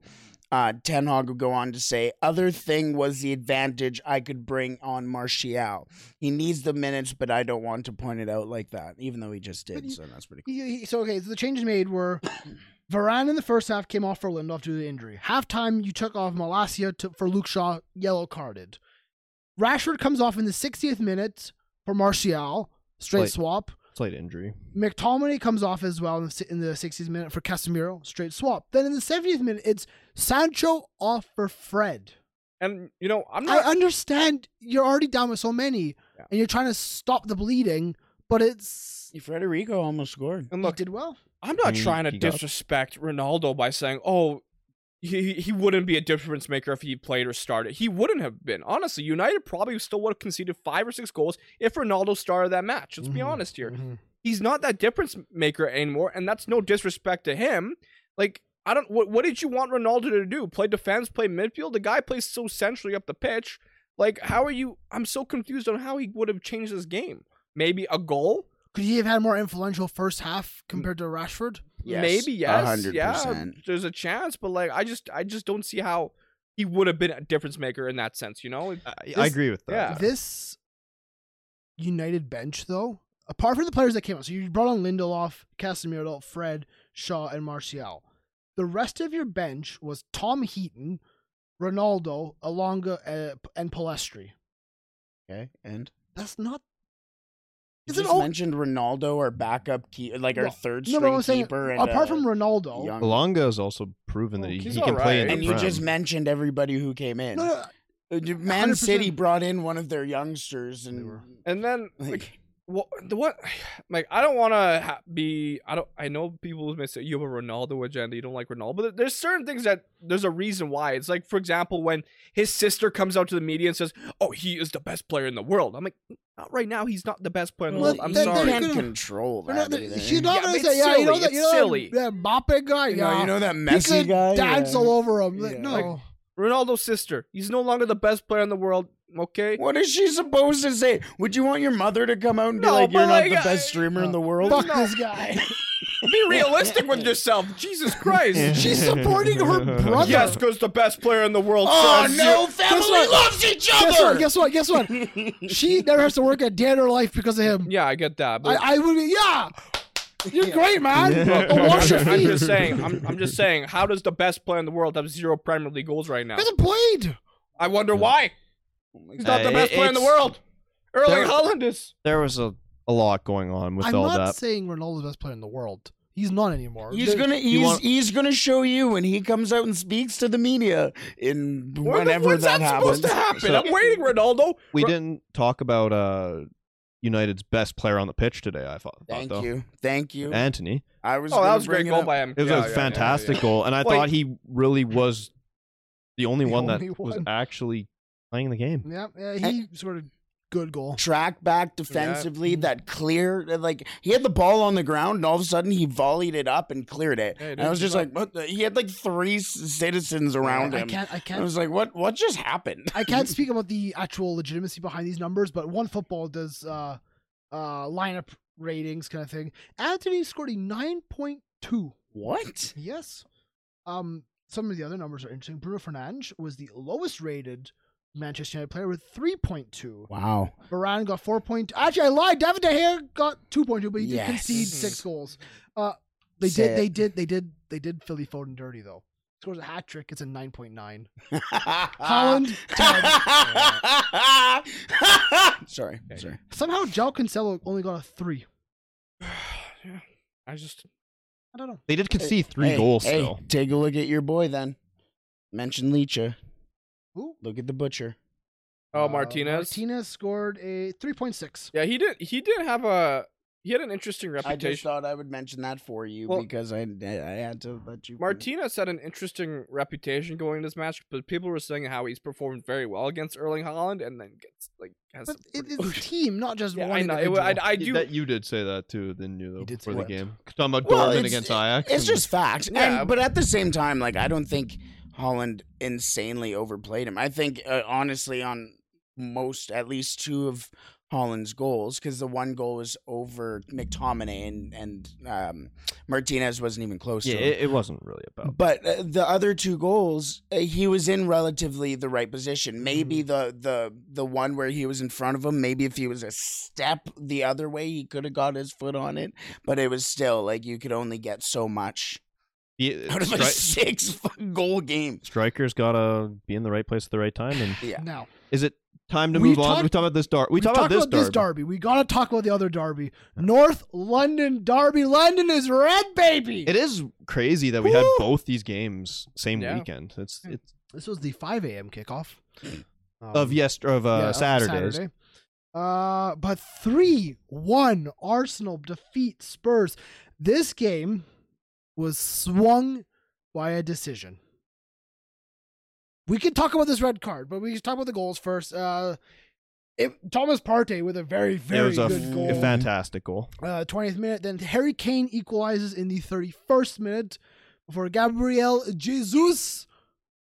[SPEAKER 2] uh, Ten Hag would go on to say, "Other thing was the advantage I could bring on Martial. He needs the minutes, but I don't want to point it out like that, even though he just
[SPEAKER 3] But
[SPEAKER 2] did.
[SPEAKER 3] you-
[SPEAKER 2] so that's pretty cool.
[SPEAKER 3] He, he- so okay, so the changes made were Varane in the first half came off for Lindelof due to injury. Halftime, you took off Malasia to, for Luke Shaw, yellow carded. Rashford comes off in the 60th minute for Martial, straight
[SPEAKER 4] Wait.
[SPEAKER 3] swap.
[SPEAKER 4] Slight injury.
[SPEAKER 3] McTominay comes off as well in the, si- in the 60th minute for Casemiro, straight swap. Then in the 70th minute, it's Sancho off for Fred.
[SPEAKER 5] And you know, I'm
[SPEAKER 3] I
[SPEAKER 5] not.
[SPEAKER 3] understand you're already down with so many,
[SPEAKER 5] Yeah.
[SPEAKER 3] and you're trying to stop the bleeding, but it's
[SPEAKER 2] Federico almost scored.
[SPEAKER 5] and
[SPEAKER 3] look,
[SPEAKER 5] look,
[SPEAKER 3] did well.
[SPEAKER 5] I'm not
[SPEAKER 4] He-
[SPEAKER 5] trying to
[SPEAKER 4] he got-
[SPEAKER 5] disrespect Ronaldo by saying, "Oh, he he wouldn't be a difference maker if he played or started." He wouldn't have been. Honestly, United probably still would have conceded five or six goals if Ronaldo started that match. Let's be
[SPEAKER 3] Mhm,
[SPEAKER 5] honest here.
[SPEAKER 3] mhm.
[SPEAKER 5] He's not that difference maker anymore, and that's no disrespect to him. Like, I don't. What, what did you want Ronaldo to do? Play defense? Play midfield? The guy plays so centrally up the pitch. Like, how are you? I'm so confused on how he would have changed this game. Maybe a goal.
[SPEAKER 3] Could he have had more influential first half compared to Rashford?
[SPEAKER 2] Yes,
[SPEAKER 5] Maybe
[SPEAKER 2] a
[SPEAKER 5] yes,
[SPEAKER 2] hundred
[SPEAKER 5] yeah.
[SPEAKER 2] percent.
[SPEAKER 5] There's a chance, but like I just I just don't see how he would have been a difference maker in that sense. You know,
[SPEAKER 4] I, Uh, I
[SPEAKER 5] This-
[SPEAKER 4] agree with that.
[SPEAKER 5] yeah.
[SPEAKER 3] This United bench, though, apart from the players that came out, so you brought on Lindelof, Casemiro, Fred, Shaw, and Martial. The rest of your bench was Tom Heaton, Ronaldo, Alonga, uh, and Palestri.
[SPEAKER 2] Okay, and
[SPEAKER 3] That's not.
[SPEAKER 2] you
[SPEAKER 3] Is it
[SPEAKER 2] just
[SPEAKER 3] all-
[SPEAKER 2] mentioned Ronaldo, our backup keeper, like our
[SPEAKER 3] Well,
[SPEAKER 2] third
[SPEAKER 3] no,
[SPEAKER 2] string
[SPEAKER 3] but I'm saying,
[SPEAKER 2] keeper, and
[SPEAKER 3] apart
[SPEAKER 2] uh,
[SPEAKER 3] from Ronaldo,
[SPEAKER 2] young-
[SPEAKER 4] Longa has also proven that
[SPEAKER 5] Oh,
[SPEAKER 4] he,
[SPEAKER 5] he's
[SPEAKER 4] he can
[SPEAKER 5] all
[SPEAKER 4] play. in
[SPEAKER 5] right.
[SPEAKER 4] the
[SPEAKER 2] And you
[SPEAKER 4] Prem.
[SPEAKER 2] just mentioned everybody who came in.
[SPEAKER 3] no, no,
[SPEAKER 2] Uh, Man City
[SPEAKER 3] 100%.
[SPEAKER 2] brought in one of their youngsters,
[SPEAKER 3] They
[SPEAKER 2] and
[SPEAKER 3] were-
[SPEAKER 5] and then like
[SPEAKER 2] like,
[SPEAKER 5] what the what like I don't want to ha- be I don't I know people may say you have a Ronaldo agenda you don't like Ronaldo but there's certain things that there's a reason why it's like for example when his sister comes out to the media and says oh he is the best player in the world I'm like not right now he's not the best player in the
[SPEAKER 3] Well,
[SPEAKER 5] world I'm
[SPEAKER 3] that-
[SPEAKER 2] you
[SPEAKER 5] sorry
[SPEAKER 3] that-
[SPEAKER 2] can't control
[SPEAKER 3] They're not-
[SPEAKER 2] that.
[SPEAKER 3] they're-
[SPEAKER 2] either.
[SPEAKER 3] You're not
[SPEAKER 5] Yeah,
[SPEAKER 3] gonna
[SPEAKER 5] but
[SPEAKER 3] say,
[SPEAKER 5] it's
[SPEAKER 3] yeah, you know
[SPEAKER 5] silly,
[SPEAKER 3] that,
[SPEAKER 5] it's
[SPEAKER 3] you know
[SPEAKER 5] silly.
[SPEAKER 3] that Mbappe guy,
[SPEAKER 2] You
[SPEAKER 3] yeah,
[SPEAKER 2] know, you know that
[SPEAKER 3] he
[SPEAKER 2] messy
[SPEAKER 3] could
[SPEAKER 2] guy.
[SPEAKER 3] dance
[SPEAKER 2] Yeah.
[SPEAKER 3] all over him. Like,
[SPEAKER 2] Yeah.
[SPEAKER 3] No,
[SPEAKER 5] Like, Ronaldo's sister he's no longer the best player in the world Okay.
[SPEAKER 2] What is she supposed to say? Would you want your mother to come out and
[SPEAKER 5] No,
[SPEAKER 2] be like, "You're
[SPEAKER 5] but
[SPEAKER 2] not
[SPEAKER 5] like,
[SPEAKER 2] the
[SPEAKER 5] I-
[SPEAKER 2] best streamer in the world"?
[SPEAKER 3] Fuck this guy.
[SPEAKER 5] Be realistic with yourself. Jesus Christ.
[SPEAKER 3] She's supporting her brother.
[SPEAKER 5] yes, because the best player in the world.
[SPEAKER 2] Oh
[SPEAKER 5] says
[SPEAKER 2] no,
[SPEAKER 5] you-
[SPEAKER 2] family
[SPEAKER 3] what?
[SPEAKER 2] loves each
[SPEAKER 3] Guess
[SPEAKER 2] other.
[SPEAKER 3] what? Guess what? Guess what? she never has to work a day in her life because of him.
[SPEAKER 5] Yeah, I get that. But
[SPEAKER 3] I, I would be, yeah. You're great, man. But wash your
[SPEAKER 5] I'm
[SPEAKER 3] feet.
[SPEAKER 5] just saying. I'm, I'm just saying. How does the best player in the world have zero Premier League goals right now?
[SPEAKER 3] He hasn't played.
[SPEAKER 5] I wonder why. He's not the
[SPEAKER 4] Uh,
[SPEAKER 5] best
[SPEAKER 4] it-
[SPEAKER 5] player in the
[SPEAKER 4] it's-
[SPEAKER 5] world. Erling
[SPEAKER 4] There-
[SPEAKER 5] Holland is.
[SPEAKER 4] There was a, a lot going on with
[SPEAKER 3] I'm
[SPEAKER 4] all
[SPEAKER 3] not
[SPEAKER 4] that.
[SPEAKER 3] saying Ronaldo's the best player in the world. He's not anymore.
[SPEAKER 2] He's
[SPEAKER 3] There-
[SPEAKER 2] gonna he's, e
[SPEAKER 4] want-
[SPEAKER 2] he's gonna show you when he comes out and speaks to the media in
[SPEAKER 5] When the-
[SPEAKER 2] whenever
[SPEAKER 5] when's
[SPEAKER 2] that, happens.
[SPEAKER 5] supposed to happen?
[SPEAKER 4] So-
[SPEAKER 5] I'm waiting, Ronaldo.
[SPEAKER 4] we
[SPEAKER 5] Ro-
[SPEAKER 4] didn't talk about uh, United's best player on the pitch today. I thought.
[SPEAKER 2] Thank
[SPEAKER 4] thought, though.
[SPEAKER 2] you, thank you.
[SPEAKER 4] Anthony.
[SPEAKER 2] I was.
[SPEAKER 5] Oh, that
[SPEAKER 2] gonna
[SPEAKER 5] was a great
[SPEAKER 2] bring it
[SPEAKER 5] goal
[SPEAKER 2] up.
[SPEAKER 5] by him.
[SPEAKER 4] It was
[SPEAKER 5] Yeah,
[SPEAKER 4] a
[SPEAKER 5] yeah, yeah,
[SPEAKER 4] fantastic
[SPEAKER 5] yeah.
[SPEAKER 4] goal, and I
[SPEAKER 5] Well,
[SPEAKER 4] thought he really was the only
[SPEAKER 3] The
[SPEAKER 4] one
[SPEAKER 3] only
[SPEAKER 4] that was
[SPEAKER 3] one.
[SPEAKER 4] actually playing the game.
[SPEAKER 3] Yeah, yeah, he scored a good goal.
[SPEAKER 2] Track back defensively, that clear, like he had the ball on the ground, and all of a sudden he volleyed it up and cleared it.
[SPEAKER 5] Yeah, he
[SPEAKER 2] and
[SPEAKER 5] did
[SPEAKER 2] I was
[SPEAKER 5] do
[SPEAKER 2] just
[SPEAKER 5] that.
[SPEAKER 2] like, what? The? He had like three s- citizens around
[SPEAKER 3] I
[SPEAKER 2] him.
[SPEAKER 3] can't. I
[SPEAKER 2] I
[SPEAKER 3] can't.
[SPEAKER 2] was like, what? What just happened?
[SPEAKER 3] I can't speak about the actual legitimacy behind these numbers, but one football does uh uh lineup ratings kind of thing. Anthony scored a nine point two.
[SPEAKER 2] What?
[SPEAKER 3] Yes. Um some of the other numbers are interesting. Bruno Fernandes was the lowest rated Manchester United player with three point two.
[SPEAKER 2] Wow.
[SPEAKER 3] Varane got four point actually I lied, David De Gea got two point two, but he
[SPEAKER 2] Yes. Mm.
[SPEAKER 3] did concede six goals. Uh they
[SPEAKER 2] Say
[SPEAKER 3] did
[SPEAKER 2] it.
[SPEAKER 3] they did they did they did Philly Foden dirty though. Scores a hat trick, it's a nine point nine.
[SPEAKER 2] Ah.
[SPEAKER 3] Holland,
[SPEAKER 2] sorry, sorry.
[SPEAKER 3] Somehow Jao Cancelo only got a three.
[SPEAKER 5] I just.
[SPEAKER 3] I don't know.
[SPEAKER 4] They did concede
[SPEAKER 2] Hey,
[SPEAKER 4] three
[SPEAKER 2] hey,
[SPEAKER 4] goals
[SPEAKER 2] hey,
[SPEAKER 4] still.
[SPEAKER 2] Take a look at your boy then. Mention Leecha.
[SPEAKER 3] Who?
[SPEAKER 2] Look at the butcher.
[SPEAKER 5] Oh,
[SPEAKER 3] Uh,
[SPEAKER 5] Martinez.
[SPEAKER 3] Martinez scored a 3.6.
[SPEAKER 5] Yeah, he did. He did have a. He had an interesting
[SPEAKER 2] I just
[SPEAKER 5] reputation.
[SPEAKER 2] thought I would mention that for you
[SPEAKER 5] Well-
[SPEAKER 2] because I I had to let you.
[SPEAKER 5] Martinez had an interesting reputation going into this match, but people were saying how he's performed very well against Erling Holland, and then gets like has.
[SPEAKER 3] But
[SPEAKER 5] some
[SPEAKER 3] it,
[SPEAKER 5] pretty-
[SPEAKER 3] it's a team, not just
[SPEAKER 5] yeah,
[SPEAKER 3] one.
[SPEAKER 5] I know. It, wa- I, I do.
[SPEAKER 4] That you did say that too, didn't you? Though,
[SPEAKER 3] He did
[SPEAKER 4] before
[SPEAKER 3] say
[SPEAKER 4] the
[SPEAKER 3] that.
[SPEAKER 4] game, talking about
[SPEAKER 2] Well,
[SPEAKER 4] Dortmund
[SPEAKER 2] it's-
[SPEAKER 4] against Ajax.
[SPEAKER 2] It's
[SPEAKER 4] and-
[SPEAKER 2] just facts.
[SPEAKER 5] Yeah.
[SPEAKER 2] And, but at the same time, like I don't think Holland insanely overplayed him. I think uh, honestly on most at least two of Holland's goals because the one goal was over McTominay and and um, Martinez wasn't even close
[SPEAKER 4] yeah,
[SPEAKER 2] to him.
[SPEAKER 4] it, it wasn't really about.
[SPEAKER 2] But uh, the other two goals, uh, he was in relatively the right
[SPEAKER 3] Mm-hmm.
[SPEAKER 2] position. Maybe the the the one where he was in front of him. Maybe if he was a step the other way, he could have got his foot on it. But it was still like you could only get so much
[SPEAKER 4] He-
[SPEAKER 2] out of a
[SPEAKER 4] stri-
[SPEAKER 2] six fucking goal game.
[SPEAKER 4] strikers gotta be in the right place at the right time. And
[SPEAKER 2] Yeah.
[SPEAKER 3] Now,
[SPEAKER 4] is it time to
[SPEAKER 3] We
[SPEAKER 4] move
[SPEAKER 3] talked-
[SPEAKER 4] on? We talk about this dar. We, talk about
[SPEAKER 3] talked
[SPEAKER 4] this
[SPEAKER 3] about this derby. We got to talk about the other derby. North London derby. London is red, baby.
[SPEAKER 4] It is crazy that we had
[SPEAKER 3] Woo!
[SPEAKER 4] both these games same
[SPEAKER 5] Yeah.
[SPEAKER 4] weekend. It's it's
[SPEAKER 3] this was the 5 a.m. kickoff. Um,
[SPEAKER 4] of yester of uh,
[SPEAKER 3] yeah, of
[SPEAKER 4] Saturdays.
[SPEAKER 3] Saturday. Uh, but 3 1 Arsenal defeat Spurs. This game was swung by a decision. We can talk about this red card, but we should talk about the goals first. Uh, it, Thomas Partey with a very,
[SPEAKER 4] it
[SPEAKER 3] very
[SPEAKER 4] was a,
[SPEAKER 3] good
[SPEAKER 4] f-
[SPEAKER 3] goal.
[SPEAKER 4] a fantastic goal.
[SPEAKER 3] uh, 20th minute. Then Harry Kane equalizes in the 31st minute for Gabriel Jesus.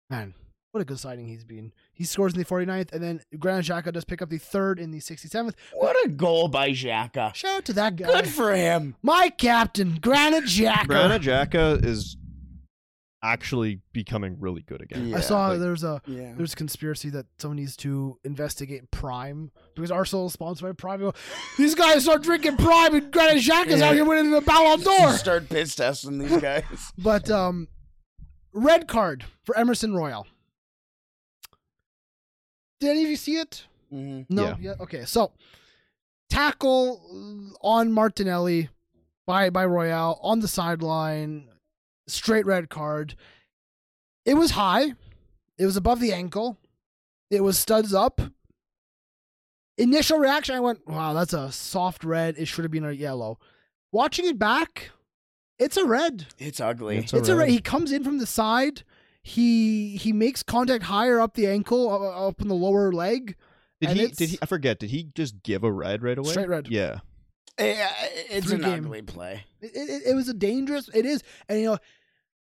[SPEAKER 3] Man, what a good signing he's been. He scores in the 49th, and then Granit Xhaka does pick up the third in the 67th.
[SPEAKER 2] What a goal by Xhaka!
[SPEAKER 3] Shout out to that guy.
[SPEAKER 2] Good for him.
[SPEAKER 3] My captain, Granit Xhaka.
[SPEAKER 4] Granit Xhaka is actually becoming really good again.
[SPEAKER 2] Yeah.
[SPEAKER 3] I saw
[SPEAKER 4] like-
[SPEAKER 3] there's a
[SPEAKER 2] Yeah.
[SPEAKER 3] there's a conspiracy that someone needs to investigate Prime because Arsenal is sponsored by Prime. These guys are drinking Prime, and Granit Xhaka's out here winning the Ballon d'Or.
[SPEAKER 2] Start piss testing these guys.
[SPEAKER 3] But um, red card for Emerson Royal. Did any of you see it?
[SPEAKER 2] hmm
[SPEAKER 3] No.
[SPEAKER 4] Yeah.
[SPEAKER 3] Okay. So tackle uh, on Martinelli by by Royale on the sideline, straight red card. It was high. It was above the ankle. It was studs up. Initial reaction, I went, "Wow, that's a soft red. It should have been a yellow." Watching it back, it's a red.
[SPEAKER 2] It's ugly.
[SPEAKER 4] It's
[SPEAKER 3] It's all right. He comes in from the side. He he makes contact higher up the ankle, uh, up in the lower leg.
[SPEAKER 4] Did
[SPEAKER 3] And
[SPEAKER 4] he?
[SPEAKER 3] it's-
[SPEAKER 4] Did he? I forget. Did he just give a red right away?
[SPEAKER 3] Straight red.
[SPEAKER 4] Yeah.
[SPEAKER 2] Eh, eh, it's
[SPEAKER 3] Three
[SPEAKER 2] an
[SPEAKER 3] game.
[SPEAKER 2] ugly play.
[SPEAKER 3] Mm-hmm. It, it, it was a dangerous. It is, and you know,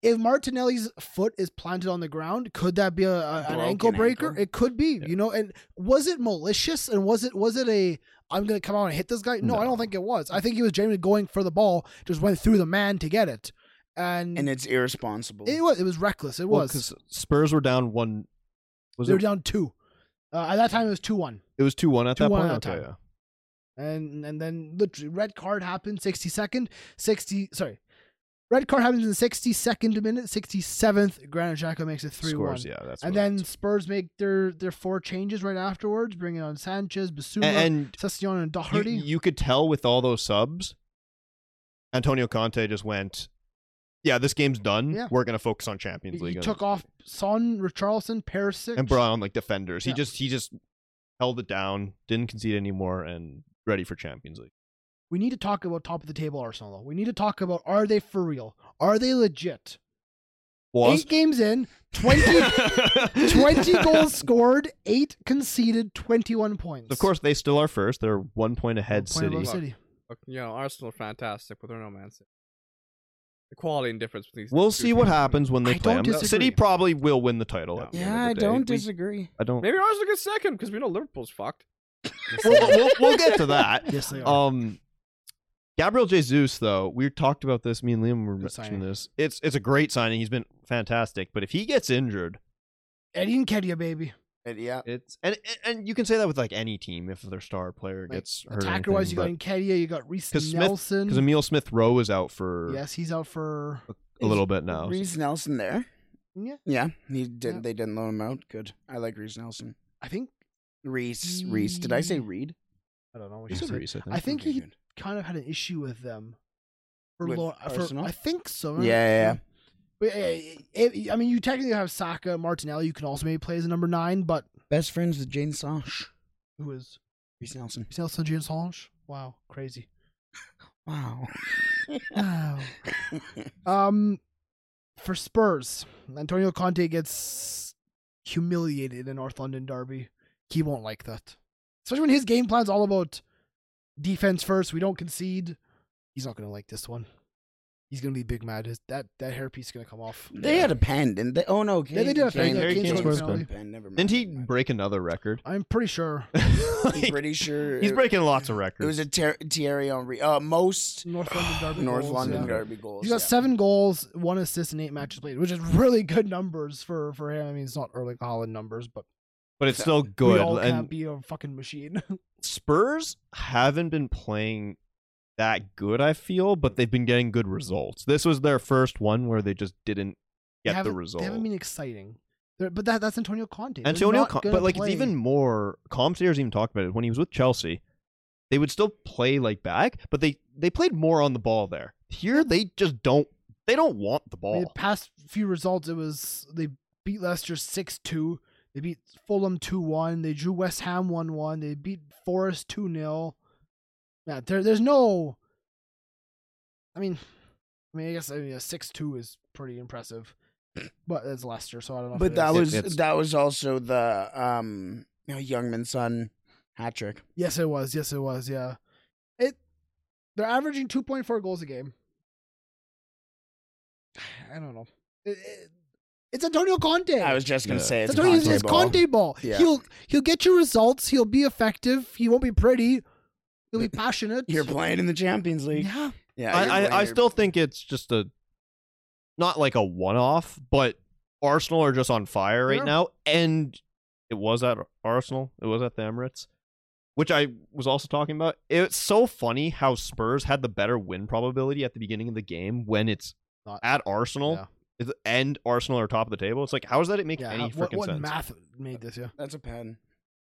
[SPEAKER 3] if Martinelli's foot is planted on the ground, could that be a, a- an
[SPEAKER 5] Broken
[SPEAKER 3] ankle breaker?
[SPEAKER 5] ankle.
[SPEAKER 3] It could be, you know. And was it malicious? And was it was it a I'm gonna come out and hit this guy? No, I don't think it was. I think he was genuinely going for the ball, just went through the man to get it, and,
[SPEAKER 2] and it's irresponsible.
[SPEAKER 3] it was it was reckless. It was.
[SPEAKER 4] because Spurs were down one. Was
[SPEAKER 3] they were
[SPEAKER 4] it?
[SPEAKER 3] down two. Uh, at that time, it was two one.
[SPEAKER 4] It was two one at that
[SPEAKER 3] 2-1
[SPEAKER 4] point.
[SPEAKER 3] at that
[SPEAKER 4] okay,
[SPEAKER 3] time. and and then literally red card happened 62nd 60 sorry red card happens in the 62nd minute 67th granit Xhaka makes it
[SPEAKER 4] yeah.
[SPEAKER 3] 3-1
[SPEAKER 4] Scores, yeah, that's.
[SPEAKER 3] and
[SPEAKER 4] what it
[SPEAKER 3] then
[SPEAKER 4] is.
[SPEAKER 3] spurs make their their four changes right afterwards bringing on sanchez basuma
[SPEAKER 4] and
[SPEAKER 3] Sessignon and
[SPEAKER 4] you,
[SPEAKER 3] doherty
[SPEAKER 4] you could tell with all those subs, Antonio Conte just went, yeah, this game's done.
[SPEAKER 3] Yeah.
[SPEAKER 4] We're gonna focus on Champions
[SPEAKER 3] He- he
[SPEAKER 4] League.
[SPEAKER 3] took off son richarlison perisic
[SPEAKER 4] and brought on like defenders.
[SPEAKER 3] Yeah.
[SPEAKER 4] He just he just held it down, didn't concede anymore, and ready for Champions League.
[SPEAKER 3] we need to talk about top of the table arsenal though we need to talk about are they for real are they legit
[SPEAKER 4] Was
[SPEAKER 3] eight games in 20 20 goals scored, 8 conceded, 21 points.
[SPEAKER 4] Of course, they still are first. They're one point
[SPEAKER 3] One
[SPEAKER 4] ahead.
[SPEAKER 3] point above
[SPEAKER 4] City.
[SPEAKER 5] Look,
[SPEAKER 3] City.
[SPEAKER 5] Look, you know, Arsenal are fantastic, but they're no Man City. The quality and difference between these
[SPEAKER 4] We'll
[SPEAKER 5] two
[SPEAKER 4] see what
[SPEAKER 5] teams.
[SPEAKER 4] happens when they
[SPEAKER 3] I
[SPEAKER 4] play
[SPEAKER 3] don't
[SPEAKER 4] 'em.
[SPEAKER 3] disagree.
[SPEAKER 4] City probably will win the title.
[SPEAKER 5] Yeah.
[SPEAKER 4] at the end of
[SPEAKER 2] yeah, I
[SPEAKER 4] the day.
[SPEAKER 2] don't
[SPEAKER 4] We-
[SPEAKER 2] disagree.
[SPEAKER 4] I don't.
[SPEAKER 5] Maybe Arsenal gets second because we know Liverpool's fucked.
[SPEAKER 4] we'll, we'll, we'll get to that.
[SPEAKER 3] Yes, they are.
[SPEAKER 4] Um, Gabriel Jesus, though, we talked about this. Me and Liam were
[SPEAKER 3] Good signing.
[SPEAKER 4] mentioning this. It's it's a great signing. He's been fantastic. But if he gets injured,
[SPEAKER 3] Eddie and Kedia, baby.
[SPEAKER 2] Uh, yeah.
[SPEAKER 4] it's and and- and you can say that with like any team if their star player
[SPEAKER 3] Like,
[SPEAKER 4] gets hurt.
[SPEAKER 3] Attacker wise, you got Nkedia, you got Reese
[SPEAKER 4] because
[SPEAKER 3] Nelson.
[SPEAKER 4] because Emil Smith Rowe is out for
[SPEAKER 3] yes, he's out for.
[SPEAKER 4] a little bit now.
[SPEAKER 2] Reese Nelson there.
[SPEAKER 3] Yeah,
[SPEAKER 2] Yeah, he did.
[SPEAKER 3] Yeah.
[SPEAKER 2] They didn't loan him out. Good. I like Reese Nelson.
[SPEAKER 3] I think.
[SPEAKER 2] Reese. Reese. Did I say Reed?
[SPEAKER 3] I don't know. What
[SPEAKER 4] He
[SPEAKER 3] you
[SPEAKER 4] said
[SPEAKER 3] said.
[SPEAKER 4] Reece, Mm. I think.
[SPEAKER 3] I think
[SPEAKER 2] Okay,
[SPEAKER 3] he
[SPEAKER 2] good.
[SPEAKER 3] kind of had an issue with them. For,
[SPEAKER 2] With
[SPEAKER 3] Lo- for-
[SPEAKER 2] Arsenal?
[SPEAKER 3] I think so.
[SPEAKER 2] Yeah, yeah, yeah.
[SPEAKER 3] But, uh, it- I mean, you technically have Saka, Martinelli. You can also maybe play as a number nine, but
[SPEAKER 2] Best friends with Jane Sash.
[SPEAKER 3] who is
[SPEAKER 2] Reese Nelson.
[SPEAKER 3] Reece Nelson, James Holmes? Wow, crazy.
[SPEAKER 2] Wow.
[SPEAKER 3] Wow. Um, for Spurs, Antonio Conte gets humiliated in North London derby. He won't like that, especially when his game plan's all about defense first. We don't concede. He's not gonna like this one. He's gonna be big mad. His, that that hairpiece is gonna come off.
[SPEAKER 2] they had a pen, didn't they? Oh no,
[SPEAKER 3] Yeah, they did have
[SPEAKER 4] pen. Harry Kane scored a
[SPEAKER 3] penalty.
[SPEAKER 2] pen. Never mind.
[SPEAKER 4] Didn't he
[SPEAKER 2] never mind.
[SPEAKER 4] break another record?
[SPEAKER 3] I'm pretty sure
[SPEAKER 2] I'm
[SPEAKER 4] Like,
[SPEAKER 2] pretty sure
[SPEAKER 4] he's
[SPEAKER 2] it-
[SPEAKER 4] breaking lots of
[SPEAKER 2] It was
[SPEAKER 4] records.
[SPEAKER 2] a ter- Thierry Henry. Uh, most
[SPEAKER 3] North London derby.
[SPEAKER 2] North
[SPEAKER 3] goals,
[SPEAKER 2] London
[SPEAKER 3] yeah.
[SPEAKER 2] derby goals.
[SPEAKER 3] He's got
[SPEAKER 2] yeah.
[SPEAKER 3] seven goals, one assist, and eight matches played, which is really good numbers for for him. I mean, it's not Erling Haaland numbers, but
[SPEAKER 4] but it's still
[SPEAKER 3] we
[SPEAKER 4] good.
[SPEAKER 3] all can't
[SPEAKER 4] And
[SPEAKER 3] be a fucking machine.
[SPEAKER 4] Spurs haven't been playing that good, I feel, but they've been getting good results. This was their first one where they just didn't
[SPEAKER 3] They
[SPEAKER 4] get the
[SPEAKER 3] haven't-
[SPEAKER 4] result.
[SPEAKER 3] They haven't been exciting. They're, but that, that's Antonio Conte. They're
[SPEAKER 4] Antonio,
[SPEAKER 3] not
[SPEAKER 4] Con-
[SPEAKER 3] gonna
[SPEAKER 4] but like
[SPEAKER 3] play.
[SPEAKER 4] it's even more. Comstairs even talked about it when he was with Chelsea. They would still play like back, but they they played more on the ball there. Here they just don't. They don't want the
[SPEAKER 3] I mean, the
[SPEAKER 4] ball.
[SPEAKER 3] past few results, it was they beat Leicester six two. They beat Fulham two one. They drew West Ham one one. They beat Forest two 0 Yeah, there, there's no. I mean, I mean, I guess I mean, a six two is pretty impressive, but it's Leicester, so I don't know. if
[SPEAKER 2] But
[SPEAKER 3] it
[SPEAKER 2] that
[SPEAKER 3] is.
[SPEAKER 4] It-
[SPEAKER 2] was
[SPEAKER 4] it's-
[SPEAKER 2] that was also the um you know, Youngman's son hat trick.
[SPEAKER 3] Yes, it was. Yes, it was. Yeah, it. They're averaging two point four goals a game. I don't know. It- it- it's Antonio Conte.
[SPEAKER 2] I was just gonna
[SPEAKER 4] Yeah.
[SPEAKER 2] say it's
[SPEAKER 3] it's
[SPEAKER 2] a
[SPEAKER 3] Antonio.
[SPEAKER 2] Conte
[SPEAKER 3] it's
[SPEAKER 2] ball.
[SPEAKER 3] Conte ball.
[SPEAKER 2] Yeah.
[SPEAKER 3] He'll he'll get you results. He'll be effective. He won't be pretty. He'll be passionate.
[SPEAKER 2] You're playing in the Champions League.
[SPEAKER 3] yeah.
[SPEAKER 2] Yeah, you're
[SPEAKER 4] I,
[SPEAKER 2] playing
[SPEAKER 4] I, I
[SPEAKER 2] your-
[SPEAKER 4] still think it's just a not like a one off, but Arsenal are just on fire right
[SPEAKER 3] Yeah.
[SPEAKER 4] now, and it was at Arsenal, it was at the Emirates, which I was also talking about. It's so funny how Spurs had the better win probability at the beginning of the game when it's
[SPEAKER 3] Not-
[SPEAKER 4] at Arsenal is- and Arsenal are top of the table. It's like how does that make
[SPEAKER 3] Yeah,
[SPEAKER 4] any
[SPEAKER 3] what,
[SPEAKER 4] freaking
[SPEAKER 3] what
[SPEAKER 4] sense?
[SPEAKER 3] math made this? Yeah.
[SPEAKER 2] That's a pen.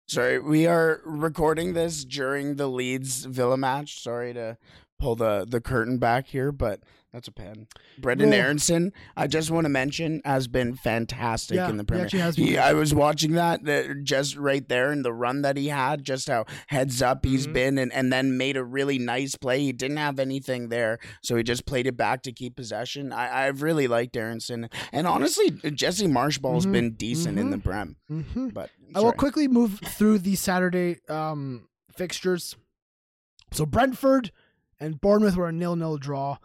[SPEAKER 2] Sorry, we are recording this during the Leeds Villa match. Sorry to pull the, the curtain back here, but that's a pen. Brendan
[SPEAKER 3] Well-
[SPEAKER 2] Aronson, I just want to mention, has been fantastic
[SPEAKER 3] Yeah,
[SPEAKER 2] in the
[SPEAKER 3] he
[SPEAKER 2] Premier.
[SPEAKER 3] actually has been
[SPEAKER 2] He-
[SPEAKER 3] good.
[SPEAKER 2] I was watching that, that just right there and the run that he had, just how heads up he's
[SPEAKER 3] Mm-hmm.
[SPEAKER 5] Mhm.
[SPEAKER 2] been, and, and then made a really nice play. He didn't have anything there, so he just played it back to keep possession. I, I've really liked Aronson, and honestly, Jesse Marshball's
[SPEAKER 3] Mhm,
[SPEAKER 2] been decent in the
[SPEAKER 3] mhm.
[SPEAKER 2] Prem.
[SPEAKER 3] Mm-hmm.
[SPEAKER 2] But
[SPEAKER 3] I will quickly move through the Saturday um, fixtures. So Brentford and Bournemouth were a nil-nil draw.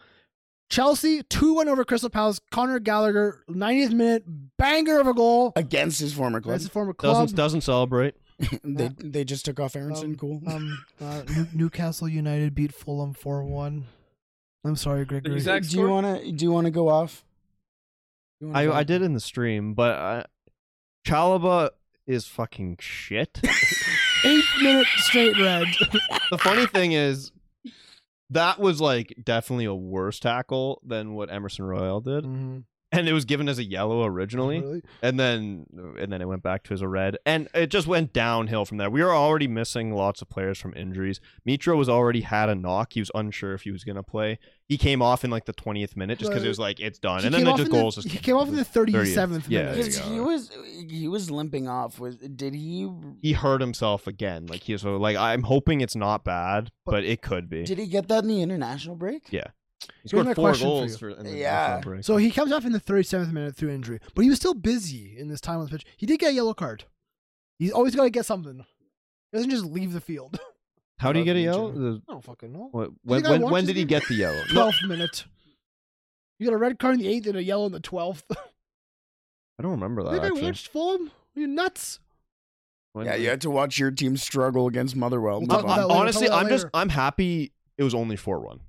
[SPEAKER 3] Chelsea 2 1 over Crystal Palace. Connor Gallagher, 90th minute, banger of a goal.
[SPEAKER 2] against his former club.
[SPEAKER 3] That's his former club.
[SPEAKER 4] Doesn't doesn't celebrate.
[SPEAKER 2] they they just took off Aronson.
[SPEAKER 3] Um,
[SPEAKER 2] cool.
[SPEAKER 3] um, uh, New- Newcastle United beat Fulham 4 1. I'm sorry, Gregory.
[SPEAKER 5] Exact-
[SPEAKER 2] do you
[SPEAKER 5] score?
[SPEAKER 2] wanna do you wanna go off? You wanna
[SPEAKER 4] I
[SPEAKER 2] go
[SPEAKER 4] I
[SPEAKER 3] Mm-hmm.
[SPEAKER 2] off?
[SPEAKER 4] did in the stream, but I, Chalaba is fucking shit.
[SPEAKER 3] Eight minute straight red.
[SPEAKER 4] the funny thing is that was like definitely a worse tackle than what Emerson Royal did, and it was given as a yellow originally,
[SPEAKER 3] Mm. Mm-hmm. Really?
[SPEAKER 4] and then and then it went back to as a red, and it just went downhill from there. We were already missing lots of players from injuries. Mitro was already had a knock; he was unsure if he was gonna play. He came off in like the twentieth minute just because it was like it's done,
[SPEAKER 3] He
[SPEAKER 4] and then
[SPEAKER 3] came
[SPEAKER 4] the
[SPEAKER 3] off in
[SPEAKER 4] just
[SPEAKER 3] the-
[SPEAKER 4] goals. just
[SPEAKER 3] he came off in the 37th
[SPEAKER 4] Yeah,
[SPEAKER 3] minute.
[SPEAKER 4] there you
[SPEAKER 2] Because
[SPEAKER 4] go.
[SPEAKER 2] he was he was limping off. Was did he
[SPEAKER 4] he hurt himself again. Like he's so like I'm hoping it's not bad, but, it could be.
[SPEAKER 2] did he get that in the international break?
[SPEAKER 4] yeah, he
[SPEAKER 3] my
[SPEAKER 4] scored four
[SPEAKER 3] question for
[SPEAKER 4] goals
[SPEAKER 3] you.
[SPEAKER 4] for, in the
[SPEAKER 2] Yeah.
[SPEAKER 4] national break.
[SPEAKER 3] So he comes off in the 37th minute through injury, but he was still busy in this time on the pitch. He did get a yellow card. He's always got to get something. He doesn't just leave the field.
[SPEAKER 4] how do you get a yellow?
[SPEAKER 2] Lovely
[SPEAKER 4] The-
[SPEAKER 3] I don't fucking know.
[SPEAKER 4] what-
[SPEAKER 3] think
[SPEAKER 4] When
[SPEAKER 3] I
[SPEAKER 4] when,
[SPEAKER 3] watched
[SPEAKER 4] when
[SPEAKER 3] this
[SPEAKER 4] did he
[SPEAKER 3] game?
[SPEAKER 4] get the yellow? No,
[SPEAKER 3] 12th minute. You got a red card in the 8th and a yellow in the 12th.
[SPEAKER 4] I don't remember
[SPEAKER 3] I
[SPEAKER 4] that.
[SPEAKER 3] think I
[SPEAKER 4] Actually,
[SPEAKER 3] watched Fulham. Are you nuts?
[SPEAKER 4] When
[SPEAKER 2] Yeah,
[SPEAKER 4] did-
[SPEAKER 2] you had to watch your team struggle against Motherwell.
[SPEAKER 3] We'll
[SPEAKER 4] Uh,
[SPEAKER 3] talk
[SPEAKER 2] Move on.
[SPEAKER 3] about that
[SPEAKER 4] uh,
[SPEAKER 3] later.
[SPEAKER 4] honestly,
[SPEAKER 3] Tell me that
[SPEAKER 4] I'm just
[SPEAKER 3] later.
[SPEAKER 4] I'm happy it was only four one.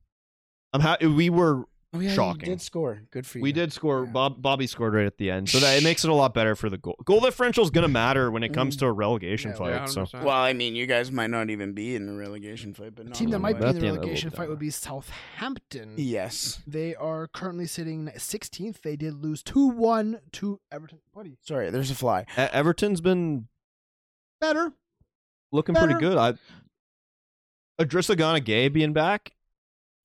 [SPEAKER 4] I'm happy we were
[SPEAKER 2] Oh, yeah, you
[SPEAKER 4] shocking.
[SPEAKER 2] did score. Good for you.
[SPEAKER 4] we did score.
[SPEAKER 2] Yeah.
[SPEAKER 4] Bob Bobby scored right at the end, so that it makes it a lot better for the goal. Goal differential is gonna matter when it comes to a relegation
[SPEAKER 3] Mm-hmm. Yeah,
[SPEAKER 4] fight.
[SPEAKER 5] Yeah,
[SPEAKER 4] so
[SPEAKER 5] 100%.
[SPEAKER 2] Well, I mean, you guys might not even be in a relegation fight, but
[SPEAKER 3] The
[SPEAKER 2] not
[SPEAKER 3] team that
[SPEAKER 2] in a
[SPEAKER 3] might be
[SPEAKER 2] way.
[SPEAKER 3] in
[SPEAKER 4] That's
[SPEAKER 3] the
[SPEAKER 4] the end of the
[SPEAKER 3] relegation
[SPEAKER 4] world,
[SPEAKER 3] fight
[SPEAKER 4] yeah.
[SPEAKER 3] would be Southampton.
[SPEAKER 2] Yes.
[SPEAKER 3] They are currently sitting 16th. They did lose 2 1 to Everton. Buddy,
[SPEAKER 2] Sorry, there's a fly.
[SPEAKER 4] E- Everton's been
[SPEAKER 3] better.
[SPEAKER 4] looking pretty
[SPEAKER 3] Better.
[SPEAKER 4] good. I Adrissa Gana Gay being back,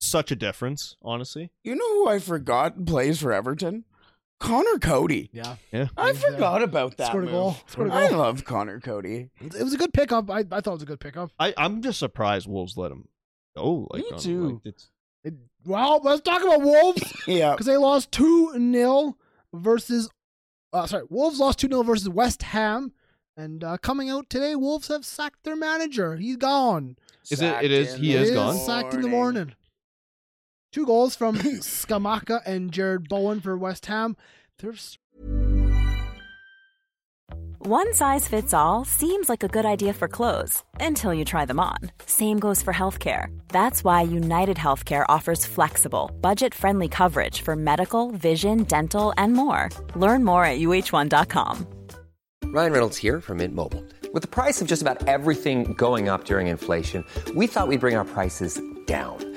[SPEAKER 4] such a difference, honestly.
[SPEAKER 2] You know who I forgot plays for Everton? Connor Cody.
[SPEAKER 3] Yeah.
[SPEAKER 4] Yeah.
[SPEAKER 2] I
[SPEAKER 3] He's there.
[SPEAKER 2] forgot about that.
[SPEAKER 3] Scored a
[SPEAKER 2] move.
[SPEAKER 3] goal. Scored a
[SPEAKER 2] I
[SPEAKER 3] goal.
[SPEAKER 2] love Connor Cody.
[SPEAKER 3] It was a good pickup. I, I thought it was a good pickup.
[SPEAKER 4] I, I'm just surprised Wolves let him go. Like,
[SPEAKER 2] Me
[SPEAKER 4] on-
[SPEAKER 2] too.
[SPEAKER 4] like, it's-
[SPEAKER 3] It, well, let's talk about Wolves.
[SPEAKER 4] Uh,
[SPEAKER 2] Yeah.
[SPEAKER 3] because they lost 2 0 versus, uh, sorry, Wolves lost 2 0 versus West Ham. And uh, coming out today, Wolves have sacked their manager. He's gone.
[SPEAKER 4] Is it- it
[SPEAKER 2] Sacked
[SPEAKER 4] is-
[SPEAKER 2] in
[SPEAKER 4] he
[SPEAKER 2] the
[SPEAKER 4] is
[SPEAKER 3] He
[SPEAKER 4] gone?
[SPEAKER 3] Sacked in the morning. Two goals from Skamaka and Jared Bowen for West Ham. They're s-
[SPEAKER 6] One size fits all seems like a good idea for clothes until you try them on. Same goes for healthcare. That's why United Healthcare offers flexible, budget friendly coverage for medical, vision, dental, and more. Learn more at uh1.com.
[SPEAKER 7] Ryan Reynolds here from Mint Mobile. With the price of just about everything going up during inflation, we thought we'd bring our prices down.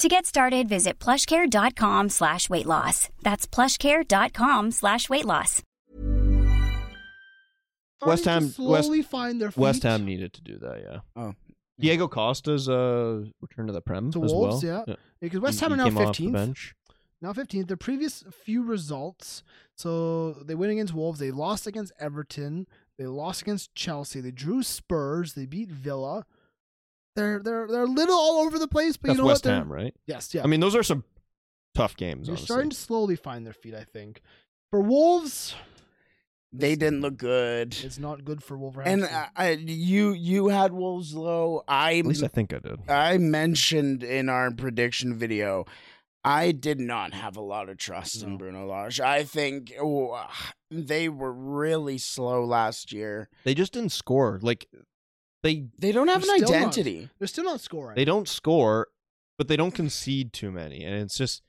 [SPEAKER 8] To get started, visit plushcare.com slash weight loss. That's plushcare.com slash weight loss.
[SPEAKER 4] West
[SPEAKER 3] starting to
[SPEAKER 4] Ham-
[SPEAKER 3] slowly find their feet.
[SPEAKER 4] West Ham needed to do that, yeah.
[SPEAKER 2] Oh.
[SPEAKER 4] Diego Costa's uh, return to the Prem
[SPEAKER 3] To
[SPEAKER 4] as
[SPEAKER 3] Wolves,
[SPEAKER 4] well.
[SPEAKER 3] yeah. Because West Ham are
[SPEAKER 4] He
[SPEAKER 3] now
[SPEAKER 4] came off the
[SPEAKER 3] 15th.
[SPEAKER 4] bench.
[SPEAKER 3] Now 15th. Their previous few results. So they win against Wolves. They lost against Everton. They lost against Chelsea. They drew Spurs. They beat Villa. They're they're they're a little all over the place, but
[SPEAKER 4] That's
[SPEAKER 3] you know
[SPEAKER 4] West
[SPEAKER 3] what? They're-
[SPEAKER 4] Ham, right?
[SPEAKER 3] Yes, yeah.
[SPEAKER 4] I mean, those are some tough games.
[SPEAKER 3] they're
[SPEAKER 4] honestly.
[SPEAKER 3] starting to slowly find their feet. I think for Wolves,
[SPEAKER 2] They didn't look good.
[SPEAKER 3] it's not good for Wolverhampton.
[SPEAKER 2] And uh, I, I, you you had Wolves low. I
[SPEAKER 4] At least I think I did.
[SPEAKER 2] I mentioned in our prediction video, I did not have a lot of trust in Bruno Lage. I think oh, they were really slow last year.
[SPEAKER 4] They just didn't score. Like they
[SPEAKER 2] They don't have
[SPEAKER 3] They're
[SPEAKER 2] an
[SPEAKER 3] still not-
[SPEAKER 2] identity.
[SPEAKER 3] they're still not scoring.
[SPEAKER 4] they don't score, but they don't concede too many, and it's just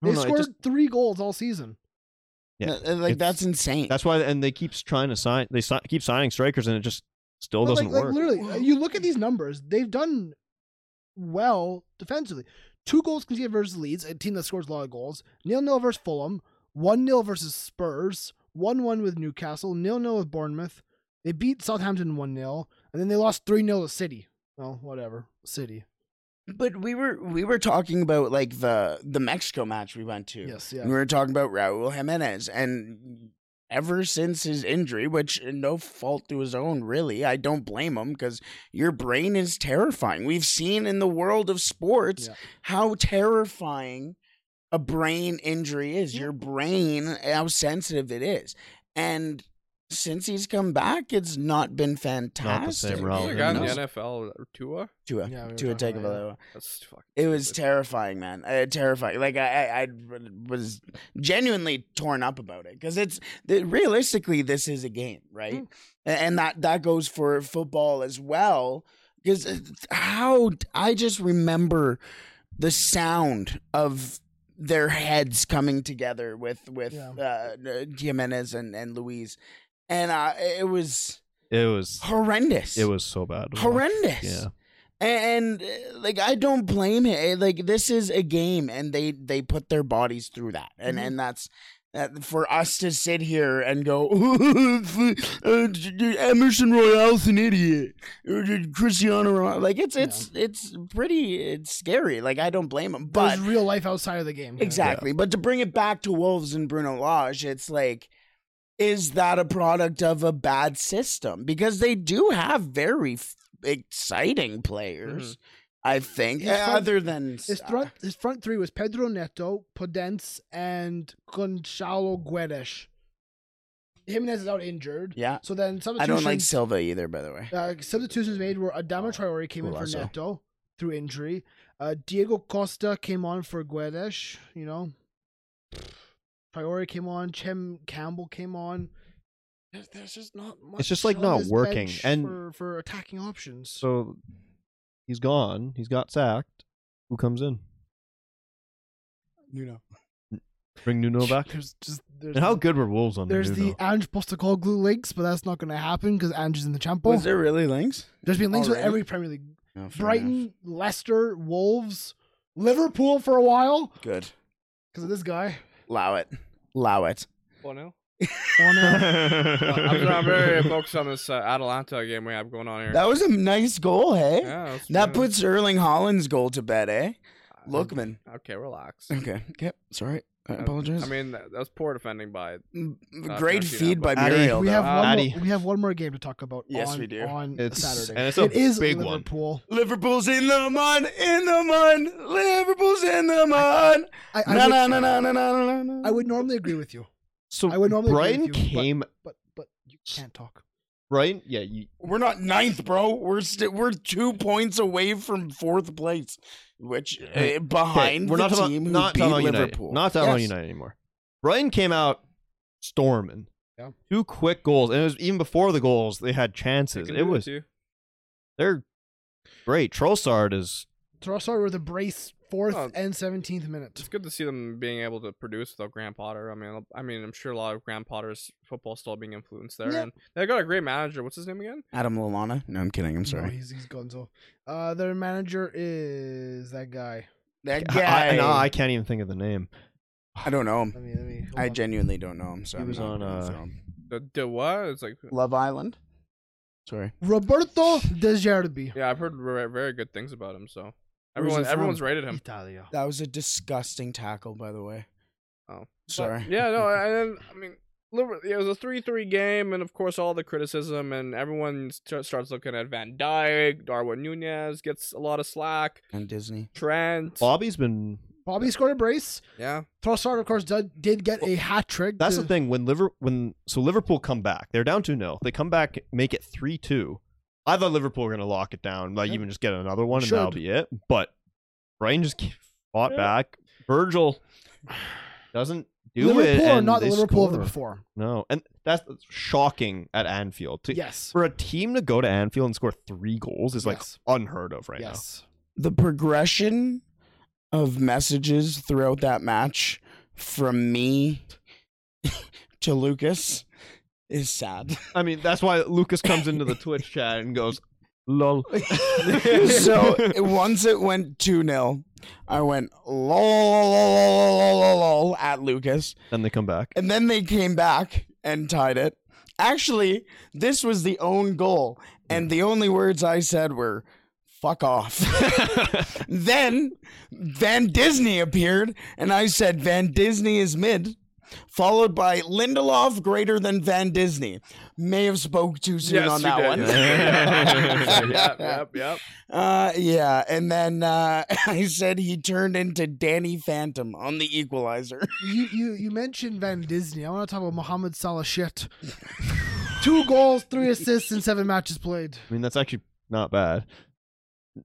[SPEAKER 4] I
[SPEAKER 3] They
[SPEAKER 4] don't know, it
[SPEAKER 3] scored
[SPEAKER 4] just-
[SPEAKER 3] three goals all season.
[SPEAKER 4] yeah,
[SPEAKER 2] Uh, like
[SPEAKER 4] it's-
[SPEAKER 2] that's insane.
[SPEAKER 4] That's why, and they keep trying to sign. They si- keep signing strikers, and it just still
[SPEAKER 3] But,
[SPEAKER 4] doesn't
[SPEAKER 3] like, uh, Like,
[SPEAKER 4] work.
[SPEAKER 3] literally, you look at these numbers. They've done well defensively. Two goals conceded versus Leeds, a team that scores a lot of goals. Nil nil versus Fulham. One 0 versus Spurs. One one with Newcastle. Nil nil with Bournemouth. They beat Southampton one 0 and then they lost three 0 to City. Well, whatever, City.
[SPEAKER 2] But we were we were talking about like the the Mexico match we went to.
[SPEAKER 3] Yes, yeah.
[SPEAKER 2] And we were talking about Raul Jimenez, and ever since his injury, which uh, no fault to his own, really, I don't blame him because your brain is terrifying. We've seen in the world of sports
[SPEAKER 3] Yeah.
[SPEAKER 2] how terrifying a brain injury is. Your brain, how sensitive it is, and since he's come back, it's not been fantastic. uh,
[SPEAKER 4] role.
[SPEAKER 5] the
[SPEAKER 4] who
[SPEAKER 5] guy in the
[SPEAKER 4] knows?
[SPEAKER 5] NFL, uh, Tua.
[SPEAKER 2] Tua,
[SPEAKER 3] Yeah, we were
[SPEAKER 2] Tua
[SPEAKER 3] talking about that.
[SPEAKER 2] Tagovailoa.
[SPEAKER 5] That's fucking.
[SPEAKER 2] It was terrifying, man. Uh, terrifying. Like I, I, I was genuinely torn up about it because it's th- realistically this is a game, right? A- And that that goes for football as well. Because how I just remember the sound of their heads coming together with with
[SPEAKER 3] Yeah.
[SPEAKER 2] uh, Jimenez and and Louise, and uh, it was
[SPEAKER 4] It was
[SPEAKER 2] horrendous.
[SPEAKER 4] it was so bad. to watch.
[SPEAKER 2] horrendous.
[SPEAKER 4] Yeah.
[SPEAKER 2] And uh, like I don't blame him. Eh, Like this is a game, and they they put their bodies through that, and and that's that for us to sit here and go, uh, Emerson Royale's an idiot, Uh, Cristiano Ronaldo. Like it's it's it's pretty it's scary. Like I don't blame him, but
[SPEAKER 3] There's real life outside of the game. yeah.
[SPEAKER 2] Exactly. But to bring it back to Wolves and Bruno Lage, it's like, is that a product of a bad system? Because they do have very f- exciting players, I think,
[SPEAKER 3] His front-
[SPEAKER 2] other than.
[SPEAKER 3] His front, his front three was Pedro Neto, Podence, and Gonzalo Guedes. Jimenez is out injured.
[SPEAKER 2] Yeah.
[SPEAKER 3] So then substitutions.
[SPEAKER 2] I don't like Silva either, by the way.
[SPEAKER 3] Uh, substitutions made were
[SPEAKER 4] Oh,
[SPEAKER 3] Adama Traore came in
[SPEAKER 2] Who
[SPEAKER 3] for
[SPEAKER 2] also-
[SPEAKER 3] Neto through injury. Uh, Diego Costa came on for Guedes. You know, Traore came on. Chem Campbell came on. There's, there's just not much.
[SPEAKER 4] just, like,
[SPEAKER 3] on
[SPEAKER 4] not
[SPEAKER 3] this
[SPEAKER 4] working,
[SPEAKER 3] bench
[SPEAKER 4] and-
[SPEAKER 3] for, for attacking options.
[SPEAKER 4] So he's gone. He's got sacked. Who comes in?
[SPEAKER 3] you know,
[SPEAKER 4] Bring Nuno back.
[SPEAKER 3] There's just there's
[SPEAKER 4] And how good were Wolves on
[SPEAKER 3] There's
[SPEAKER 4] Nuno?
[SPEAKER 3] the Ange Postecoglou links, but that's not going to happen because Ange is in the champo.
[SPEAKER 2] Was there really links?
[SPEAKER 3] There's been links with
[SPEAKER 2] already?
[SPEAKER 3] every Premier League:
[SPEAKER 2] No, Oh, fair
[SPEAKER 3] Brighton,
[SPEAKER 2] enough.
[SPEAKER 3] Leicester, Wolves, Liverpool for a while
[SPEAKER 2] Good.
[SPEAKER 3] because of this guy.
[SPEAKER 2] Allow it. Allow it.
[SPEAKER 5] Oh no.
[SPEAKER 3] Oh, no.
[SPEAKER 5] I'm, I'm very focused on this uh, Atalanta game we have going on here.
[SPEAKER 2] That was a nice goal, hey?
[SPEAKER 5] Yeah, that's
[SPEAKER 2] that
[SPEAKER 5] fine.
[SPEAKER 2] puts Erling Holland's goal to bed, eh?
[SPEAKER 5] Uh,
[SPEAKER 2] Lookman.
[SPEAKER 5] Okay, relax.
[SPEAKER 2] Okay. Yep. Sorry. I
[SPEAKER 5] Uh,
[SPEAKER 2] apologize.
[SPEAKER 5] I mean, that, that was poor defending by.
[SPEAKER 2] M-
[SPEAKER 5] I've
[SPEAKER 2] great
[SPEAKER 5] seen that,
[SPEAKER 2] feed by
[SPEAKER 5] but-
[SPEAKER 4] Addy.
[SPEAKER 2] Muriel.
[SPEAKER 3] we
[SPEAKER 2] though.
[SPEAKER 3] have one.
[SPEAKER 4] Addy.
[SPEAKER 3] More, we have one more game to talk about.
[SPEAKER 2] Yes,
[SPEAKER 3] on,
[SPEAKER 2] we do.
[SPEAKER 3] On
[SPEAKER 4] It's-
[SPEAKER 3] Saturday,
[SPEAKER 4] and it's a
[SPEAKER 3] It is
[SPEAKER 4] big one.
[SPEAKER 3] Liverpool.
[SPEAKER 2] Liverpool's in the mud, in the mud. Liverpool's in the mud.
[SPEAKER 3] I, I,
[SPEAKER 2] Na
[SPEAKER 3] would,
[SPEAKER 2] na na na na na na,
[SPEAKER 3] I
[SPEAKER 2] na.
[SPEAKER 3] would normally agree with you.
[SPEAKER 4] so
[SPEAKER 3] I would normally agree
[SPEAKER 4] Brighton
[SPEAKER 3] with you, but-
[SPEAKER 4] came.
[SPEAKER 3] but but you can't talk.
[SPEAKER 4] Brighton, yeah, you,
[SPEAKER 2] We're not ninth, bro. We're st- we're two points away from fourth place, which uh, behind
[SPEAKER 4] Okay, we're
[SPEAKER 2] the
[SPEAKER 4] not talking
[SPEAKER 2] team who
[SPEAKER 4] about, not
[SPEAKER 2] beat
[SPEAKER 4] talking about
[SPEAKER 2] Liverpool.
[SPEAKER 4] United. Not talking about
[SPEAKER 2] Yes.
[SPEAKER 4] United anymore. Brighton came out storming.
[SPEAKER 3] Yeah.
[SPEAKER 4] Two quick goals, and it was even before the goals they had chances.
[SPEAKER 5] Can
[SPEAKER 4] It
[SPEAKER 5] do
[SPEAKER 4] was
[SPEAKER 5] too.
[SPEAKER 4] they're great. Trossard is
[SPEAKER 3] Trossard with a brace, fourth
[SPEAKER 5] Oh.
[SPEAKER 3] and seventeenth minute.
[SPEAKER 5] It's good to see them being able to produce without Graham Potter. I mean, I mean, I'm sure a lot of Graham Potter's football still being influenced there,
[SPEAKER 3] Yeah.
[SPEAKER 5] and they got a great manager. What's his name again?
[SPEAKER 2] Adam Lallana. No, I'm kidding. I'm
[SPEAKER 3] No,
[SPEAKER 2] sorry.
[SPEAKER 3] Oh, he's, he's Gonzo. Uh, their manager is that guy.
[SPEAKER 2] that
[SPEAKER 4] I,
[SPEAKER 2] guy.
[SPEAKER 4] I, no, I can't even think of the name.
[SPEAKER 2] I don't know
[SPEAKER 3] Let
[SPEAKER 2] him.
[SPEAKER 3] me, let me, hold
[SPEAKER 2] I
[SPEAKER 3] on.
[SPEAKER 2] genuinely don't know him. So
[SPEAKER 4] He
[SPEAKER 2] I'm
[SPEAKER 4] was
[SPEAKER 2] not
[SPEAKER 4] on,
[SPEAKER 2] gonna
[SPEAKER 4] uh,
[SPEAKER 2] throw him.
[SPEAKER 5] The the what? It's like
[SPEAKER 2] Love Island. Sorry.
[SPEAKER 3] Roberto De Gerbi.
[SPEAKER 5] yeah, I've heard re- very good things about him. So
[SPEAKER 2] Where's
[SPEAKER 5] everyone
[SPEAKER 2] he from?
[SPEAKER 5] everyone's rated him.
[SPEAKER 3] Italia.
[SPEAKER 2] That was a disgusting tackle, by the way.
[SPEAKER 5] Oh,
[SPEAKER 2] Sorry.
[SPEAKER 5] But, yeah, no, and then, I mean, Liver- it was a three-three game, and of course, all the criticism, and everyone st- starts looking at Van Dyke, Darwin Nunez gets a lot of slack,
[SPEAKER 2] And Disney.
[SPEAKER 5] Trent,
[SPEAKER 4] Bobby's been.
[SPEAKER 3] Bobby scored a brace.
[SPEAKER 5] yeah,
[SPEAKER 3] Trossard, of course, did, did get a hat trick.
[SPEAKER 4] That's
[SPEAKER 3] to-
[SPEAKER 4] the thing when Liver when so Liverpool come back, they're down 2 0. They come back, make it three two. I thought Liverpool were gonna lock it down, like
[SPEAKER 3] Yeah.
[SPEAKER 4] even just get another one, and
[SPEAKER 3] Should.
[SPEAKER 4] that'll be it. But Brighton just fought back. Virgil doesn't do
[SPEAKER 3] Liverpool
[SPEAKER 4] it.
[SPEAKER 3] are
[SPEAKER 4] and
[SPEAKER 3] not the
[SPEAKER 4] they
[SPEAKER 3] Liverpool of the
[SPEAKER 4] score.
[SPEAKER 3] before.
[SPEAKER 4] No, and that's shocking at Anfield. To,
[SPEAKER 3] Yes.
[SPEAKER 4] for a team to go to Anfield and score three goals is like
[SPEAKER 3] Yes.
[SPEAKER 4] unheard of right now.
[SPEAKER 3] yes.
[SPEAKER 2] the progression of messages throughout that match from me to Lucas is sad.
[SPEAKER 4] I mean, that's why Lucas comes into the Twitch chat and goes, Lol.
[SPEAKER 2] so once it went 2 0, I went lol, lol, lol, lol, lol, lol at Lucas.
[SPEAKER 4] Then they come back.
[SPEAKER 2] And then they came back and tied it. Actually, this was the own goal. And the only words I said were, fuck off. then Van Disney appeared. And I said, Van Disney is mid. Followed by Lindelof greater than Van Disney. May have spoke too soon
[SPEAKER 5] Yes,
[SPEAKER 2] on
[SPEAKER 5] you
[SPEAKER 2] that
[SPEAKER 5] did.
[SPEAKER 2] one.
[SPEAKER 5] yep, yep, yep.
[SPEAKER 2] Uh, yeah, and then uh, I said he turned into Danny Phantom on the Equalizer.
[SPEAKER 3] you, you you mentioned Van Disney. I want to talk about Mohamed Salah shit. Two goals, three assists, and seven matches played
[SPEAKER 4] I mean, that's actually not bad.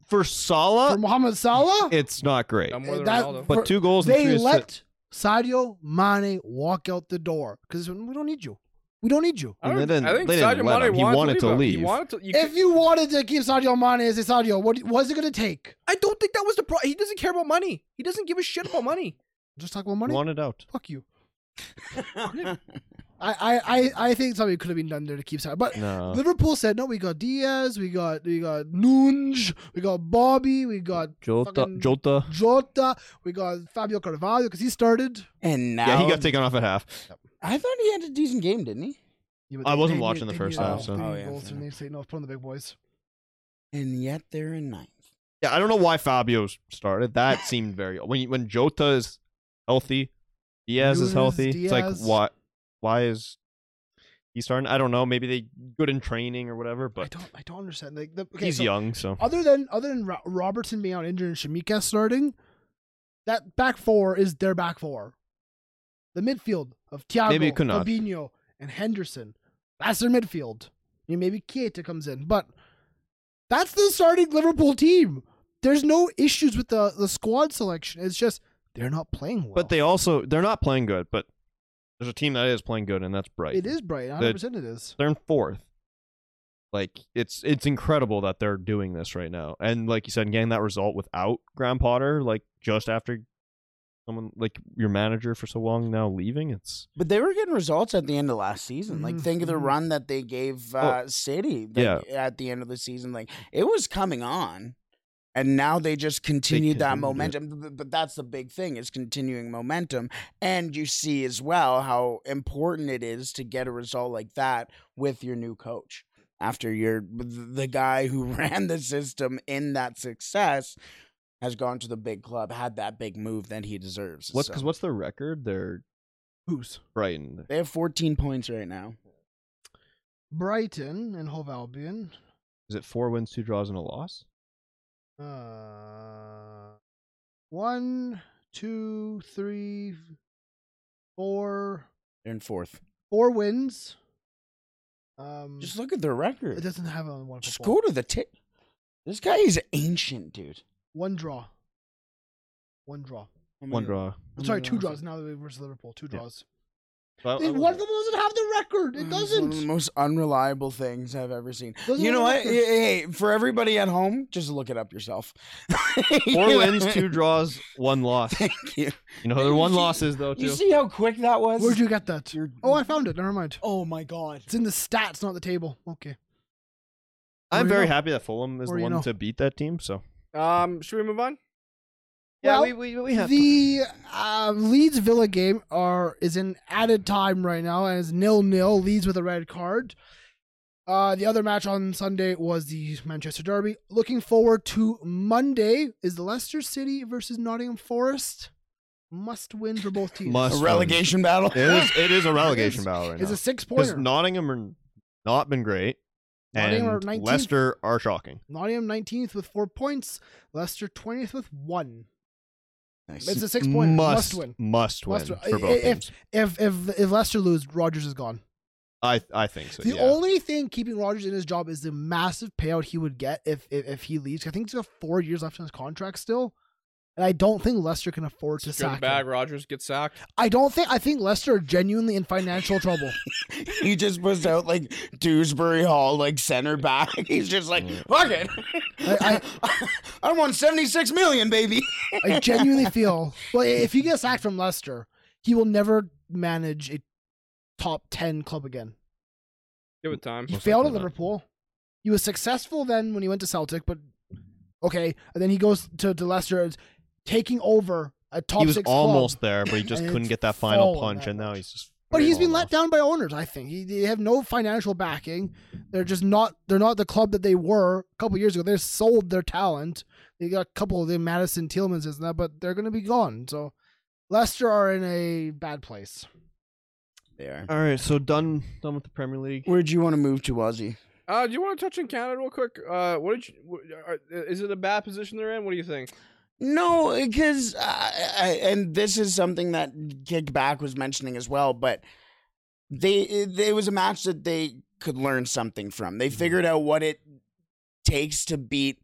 [SPEAKER 4] For Salah,
[SPEAKER 3] for Mohamed Salah.
[SPEAKER 4] it's not great.
[SPEAKER 5] I'm more than
[SPEAKER 3] that-
[SPEAKER 5] Ronaldo.
[SPEAKER 4] Uh, But
[SPEAKER 3] for-
[SPEAKER 4] two goals and
[SPEAKER 3] They
[SPEAKER 4] three assi-
[SPEAKER 3] let Sadio Mane walk out the door because we don't need you. We don't need you.
[SPEAKER 4] And
[SPEAKER 5] I, don't,
[SPEAKER 4] they didn't-
[SPEAKER 5] I think
[SPEAKER 4] they didn't
[SPEAKER 5] Sadio
[SPEAKER 4] let
[SPEAKER 5] Mane
[SPEAKER 4] him. He wanted to
[SPEAKER 5] though.
[SPEAKER 4] leave.
[SPEAKER 5] He wanted to. You
[SPEAKER 3] If
[SPEAKER 5] could-
[SPEAKER 3] you wanted to keep Sadio Mane as a Sadio, what was it going to take?
[SPEAKER 5] I don't think that was the pro. He doesn't care about money. He doesn't give a shit about money.
[SPEAKER 3] Just talk about money.
[SPEAKER 4] wanted out.
[SPEAKER 3] Fuck you. I, I, I, I think something could have been done there to keep Sadio. But
[SPEAKER 4] No.
[SPEAKER 3] Liverpool said no. We got Diaz. We got we got Nunj. We got Bobby. We got
[SPEAKER 4] Jota,
[SPEAKER 3] fucking
[SPEAKER 4] Jota.
[SPEAKER 3] Jota. We got Fabio Carvalho because he started.
[SPEAKER 2] And now,
[SPEAKER 4] Yeah, he got taken off at half.
[SPEAKER 2] I thought he had a decent game, didn't he?
[SPEAKER 3] Yeah, but
[SPEAKER 4] I
[SPEAKER 3] they-
[SPEAKER 4] wasn't
[SPEAKER 3] they
[SPEAKER 4] watching
[SPEAKER 3] need-
[SPEAKER 4] the
[SPEAKER 3] they
[SPEAKER 4] first
[SPEAKER 3] need
[SPEAKER 2] half,
[SPEAKER 3] all
[SPEAKER 2] so-
[SPEAKER 3] three
[SPEAKER 2] Oh, yeah,
[SPEAKER 3] goals
[SPEAKER 2] fair.
[SPEAKER 3] and they say no, put on the big boys.
[SPEAKER 2] And yet they're in ninth.
[SPEAKER 4] Yeah, I don't know why Fabio started. That seemed very when you- when Jota is healthy, Diaz
[SPEAKER 3] Nunes,
[SPEAKER 4] is healthy. It's
[SPEAKER 3] Diaz.
[SPEAKER 4] like why why is he starting? I don't know. Maybe they good in training or whatever.
[SPEAKER 3] I
[SPEAKER 4] But
[SPEAKER 3] don't, I don't understand. Like the, okay,
[SPEAKER 4] he's
[SPEAKER 3] so
[SPEAKER 4] young, so
[SPEAKER 3] Other than other than Ro- Robertson being out injured and Shamika starting, that back four is their back four. The midfield of Thiago,
[SPEAKER 4] Maybe Konate.
[SPEAKER 3] Fabinho, and Henderson. That's their midfield. You know, maybe Keita comes in, but that's the starting Liverpool team. There's no issues with the, the squad selection. It's just they're not playing well.
[SPEAKER 4] but they also they're not playing good. But there's a team that is playing good, and that's Bright.
[SPEAKER 3] it is bright. 100 percent it is.
[SPEAKER 4] They're in fourth. Like it's it's incredible that they're doing this right now, and like you said, getting that result without Graham Potter, like just after someone like your manager for so long now leaving, it's
[SPEAKER 2] But they were getting results at the end of last season. Like,
[SPEAKER 3] Mhm,
[SPEAKER 2] think of the
[SPEAKER 3] mhm.
[SPEAKER 2] run that they gave uh, City like, at the end of the season. Like, it was coming on. And now they just continued that
[SPEAKER 4] continued
[SPEAKER 2] momentum. B- b- But that's the big thing is continuing momentum. And you see as well how important it is to get a result like that with your new coach. After your the guy who ran the system in that success has gone to the big club, had that big move that he deserves.
[SPEAKER 4] What's
[SPEAKER 2] So-
[SPEAKER 4] because what's their record? They're
[SPEAKER 3] Who's
[SPEAKER 4] Brighton.
[SPEAKER 2] They have 14 points right now.
[SPEAKER 3] Brighton and Hove Albion?
[SPEAKER 4] Is it four wins, two draws, and a loss?
[SPEAKER 3] Uh, one, two, three, four,
[SPEAKER 2] They're in fourth.
[SPEAKER 3] four wins. Um,
[SPEAKER 2] Just look at their
[SPEAKER 3] it
[SPEAKER 2] record.
[SPEAKER 3] doesn't have a one.
[SPEAKER 2] Just
[SPEAKER 3] football.
[SPEAKER 2] go to the tip. This guy is ancient, dude.
[SPEAKER 3] One draw. One
[SPEAKER 2] Oh
[SPEAKER 3] draw.
[SPEAKER 4] One draw.
[SPEAKER 3] I'm sorry, two draws. Now that we versus Liverpool, two
[SPEAKER 4] Yeah.
[SPEAKER 3] draws.
[SPEAKER 4] So I- I
[SPEAKER 3] It-
[SPEAKER 4] would-
[SPEAKER 3] one of them doesn't have the record. It
[SPEAKER 2] One of the
[SPEAKER 3] doesn't.
[SPEAKER 2] most unreliable things I've ever seen.
[SPEAKER 3] Doesn't
[SPEAKER 2] you know what?
[SPEAKER 3] have a record.
[SPEAKER 2] Hey, hey, for everybody at home, just look it up yourself.
[SPEAKER 4] Four wins, two draws, one loss.
[SPEAKER 2] Thank you.
[SPEAKER 4] You know, their one loss is though
[SPEAKER 2] You
[SPEAKER 4] too.
[SPEAKER 2] see how quick that was?
[SPEAKER 3] Where'd you get that?
[SPEAKER 2] You're-
[SPEAKER 3] Oh, I found it. Never mind.
[SPEAKER 2] Oh my god.
[SPEAKER 3] It's in the stats, not the table. Okay.
[SPEAKER 4] I'm
[SPEAKER 3] Where you
[SPEAKER 4] very
[SPEAKER 3] know?
[SPEAKER 4] happy that Fulham is
[SPEAKER 3] Where
[SPEAKER 4] the
[SPEAKER 3] you
[SPEAKER 4] one
[SPEAKER 3] know?
[SPEAKER 4] to beat that team. So
[SPEAKER 5] Um, should we move on?
[SPEAKER 3] Well,
[SPEAKER 4] we we
[SPEAKER 3] the uh, Leeds Villa game are is in added time right now and is nil nil. Leeds with a red card. Uh, the other match on Sunday was the Manchester Derby. Looking forward to Monday is Leicester City versus Nottingham Forest. Must win for both teams.
[SPEAKER 2] A
[SPEAKER 4] Must
[SPEAKER 2] relegation battle.
[SPEAKER 4] It is it is a relegation
[SPEAKER 3] It's-
[SPEAKER 4] battle right
[SPEAKER 3] It's
[SPEAKER 4] now.
[SPEAKER 3] a six
[SPEAKER 4] Because
[SPEAKER 3] pointer.
[SPEAKER 4] Nottingham are not been great,
[SPEAKER 3] Nottingham are
[SPEAKER 4] and
[SPEAKER 3] 19th.
[SPEAKER 4] Leicester are shocking.
[SPEAKER 3] Nottingham nineteenth with four points. Leicester twentieth with one.
[SPEAKER 2] Nice.
[SPEAKER 3] It's a six pointer. Must,
[SPEAKER 4] Must
[SPEAKER 3] win.
[SPEAKER 4] Must win
[SPEAKER 3] Must win.
[SPEAKER 4] for both
[SPEAKER 3] if,
[SPEAKER 4] teams.
[SPEAKER 3] if if if Leicester lose, Rogers is gone.
[SPEAKER 4] I I think so.
[SPEAKER 3] The
[SPEAKER 4] yeah.
[SPEAKER 3] only thing keeping Rogers in his job is the massive payout he would get if if, if he leaves. I think he's got four years left on his contract still, and I don't think Lester can afford to
[SPEAKER 5] Just the
[SPEAKER 3] sack
[SPEAKER 5] bag.
[SPEAKER 3] him.
[SPEAKER 5] Rogers gets sacked.
[SPEAKER 3] I don't think. I think Lester are genuinely in financial trouble.
[SPEAKER 2] he just puts out like Dewsbury Hall, like center back. He's just like, fuck it.
[SPEAKER 3] I-
[SPEAKER 2] I, I want 76 million, baby.
[SPEAKER 3] I genuinely feel. Well, if he gets sacked from Lester, he will never manage a top ten club again.
[SPEAKER 5] Give it time.
[SPEAKER 3] He
[SPEAKER 4] Most
[SPEAKER 3] failed at
[SPEAKER 4] likely not.
[SPEAKER 3] Liverpool. He was successful then when he went to Celtic, but okay. And then he goes to, to Leicester, it's taking over a top
[SPEAKER 4] he was
[SPEAKER 3] six club.
[SPEAKER 4] almost there, but he just
[SPEAKER 3] and
[SPEAKER 4] couldn't
[SPEAKER 3] it's
[SPEAKER 4] get that final
[SPEAKER 3] fallen
[SPEAKER 4] punch,
[SPEAKER 3] that
[SPEAKER 4] and now
[SPEAKER 3] much.
[SPEAKER 4] he's just.
[SPEAKER 3] But he's been
[SPEAKER 4] fallen
[SPEAKER 3] let
[SPEAKER 4] off.
[SPEAKER 3] down by owners. I think he, they have no financial backing. They're just not. They're not the club that they were a couple years ago. They sold their talent. They got a couple of the Madison Tealmans and that, but they're going to be gone. So Leicester are in a bad place.
[SPEAKER 2] There.
[SPEAKER 4] All right, so done done with the Premier League.
[SPEAKER 2] Where do you want to move to, Ozzy?
[SPEAKER 5] Uh, do you want to touch on Canada real quick? Uh, what did you? wh- Are, is it a bad position they're in? What do you think?
[SPEAKER 2] No, because I, I, and this is something that Kickback was mentioning as well, but they it, it was a match that they could learn something from. They figured out what it takes to beat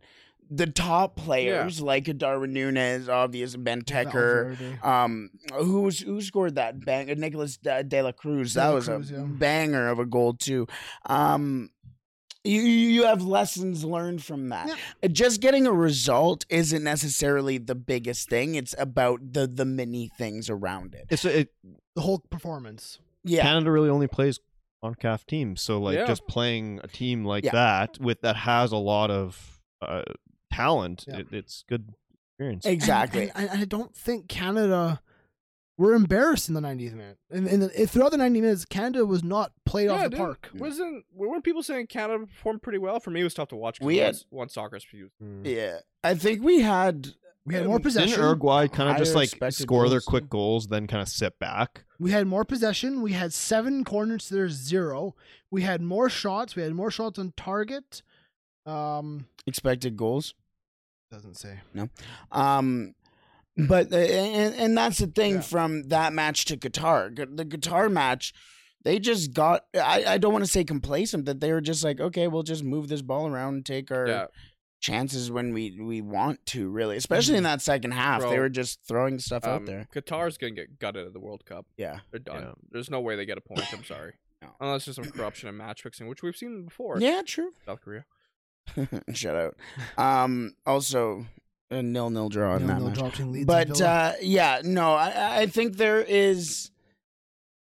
[SPEAKER 2] the top players like a Darwin Nunez, obvious Ben Tecker.
[SPEAKER 3] Valverde.
[SPEAKER 2] Um, who's who scored that bang? Nicholas De, De La Cruz.
[SPEAKER 3] De
[SPEAKER 2] that
[SPEAKER 3] La
[SPEAKER 2] was
[SPEAKER 3] Cruz,
[SPEAKER 2] a
[SPEAKER 3] yeah.
[SPEAKER 2] banger of a goal too. Um, you you you have lessons learned from that. Just getting a result isn't necessarily the biggest thing. It's about the the many things around it.
[SPEAKER 4] It's it,
[SPEAKER 3] The whole performance.
[SPEAKER 2] Yeah.
[SPEAKER 4] Canada really only plays CONCACAF teams, so like
[SPEAKER 5] Yeah.
[SPEAKER 4] just playing a team like
[SPEAKER 2] Yeah.
[SPEAKER 4] that with that has a lot of uh, talent,
[SPEAKER 3] Yeah.
[SPEAKER 4] it, it's good experience.
[SPEAKER 3] And-
[SPEAKER 2] Exactly.
[SPEAKER 3] And, and I don't think Canada were embarrassed in the 90th minute. And, and the, throughout the 90 minutes, Canada was not played off the
[SPEAKER 5] dude,
[SPEAKER 3] park.
[SPEAKER 5] Wasn't weren't people saying Canada performed pretty well? For me, it was tough to watch. 'cause
[SPEAKER 2] We
[SPEAKER 5] I
[SPEAKER 2] had-
[SPEAKER 5] was- one soccer spew.
[SPEAKER 2] yeah. I think we had
[SPEAKER 3] We had more
[SPEAKER 4] Didn't
[SPEAKER 3] possession.
[SPEAKER 4] Uruguay kind of
[SPEAKER 2] Higher
[SPEAKER 4] just like
[SPEAKER 2] expected
[SPEAKER 4] score their
[SPEAKER 2] goals.
[SPEAKER 4] quick goals, then kind of sit back?
[SPEAKER 3] We had more possession. We had seven corners to their zero. We had more shots. We had more shots on target. Um,
[SPEAKER 2] expected goals.
[SPEAKER 3] doesn't say.
[SPEAKER 2] Um, but the- and and that's the thing
[SPEAKER 3] Yeah.
[SPEAKER 2] from that match to Qatar. Gu- The Qatar match, they just got. I I don't want to say complacent that they were just like, okay, we'll just move this ball around and take our.
[SPEAKER 5] Yeah,
[SPEAKER 2] Chances when we we want to really, especially in that second half, they
[SPEAKER 5] Bro.
[SPEAKER 2] were just throwing stuff out
[SPEAKER 5] Mm-hmm. um,
[SPEAKER 2] there.
[SPEAKER 5] Qatar's gonna get gutted at the World Cup.
[SPEAKER 2] Yeah,
[SPEAKER 5] They're done.
[SPEAKER 4] Yeah.
[SPEAKER 5] There's no way they get a point. I'm sorry.
[SPEAKER 2] No.
[SPEAKER 5] Unless there's some corruption and match fixing, which we've seen before.
[SPEAKER 2] yeah, true.
[SPEAKER 5] South Korea.
[SPEAKER 2] Shout out. Um, also, a nil nil draw on that
[SPEAKER 3] Nil-nil
[SPEAKER 2] match.
[SPEAKER 3] draw between Leeds and
[SPEAKER 2] But
[SPEAKER 3] Villa.
[SPEAKER 2] uh, yeah, no, I, I think there is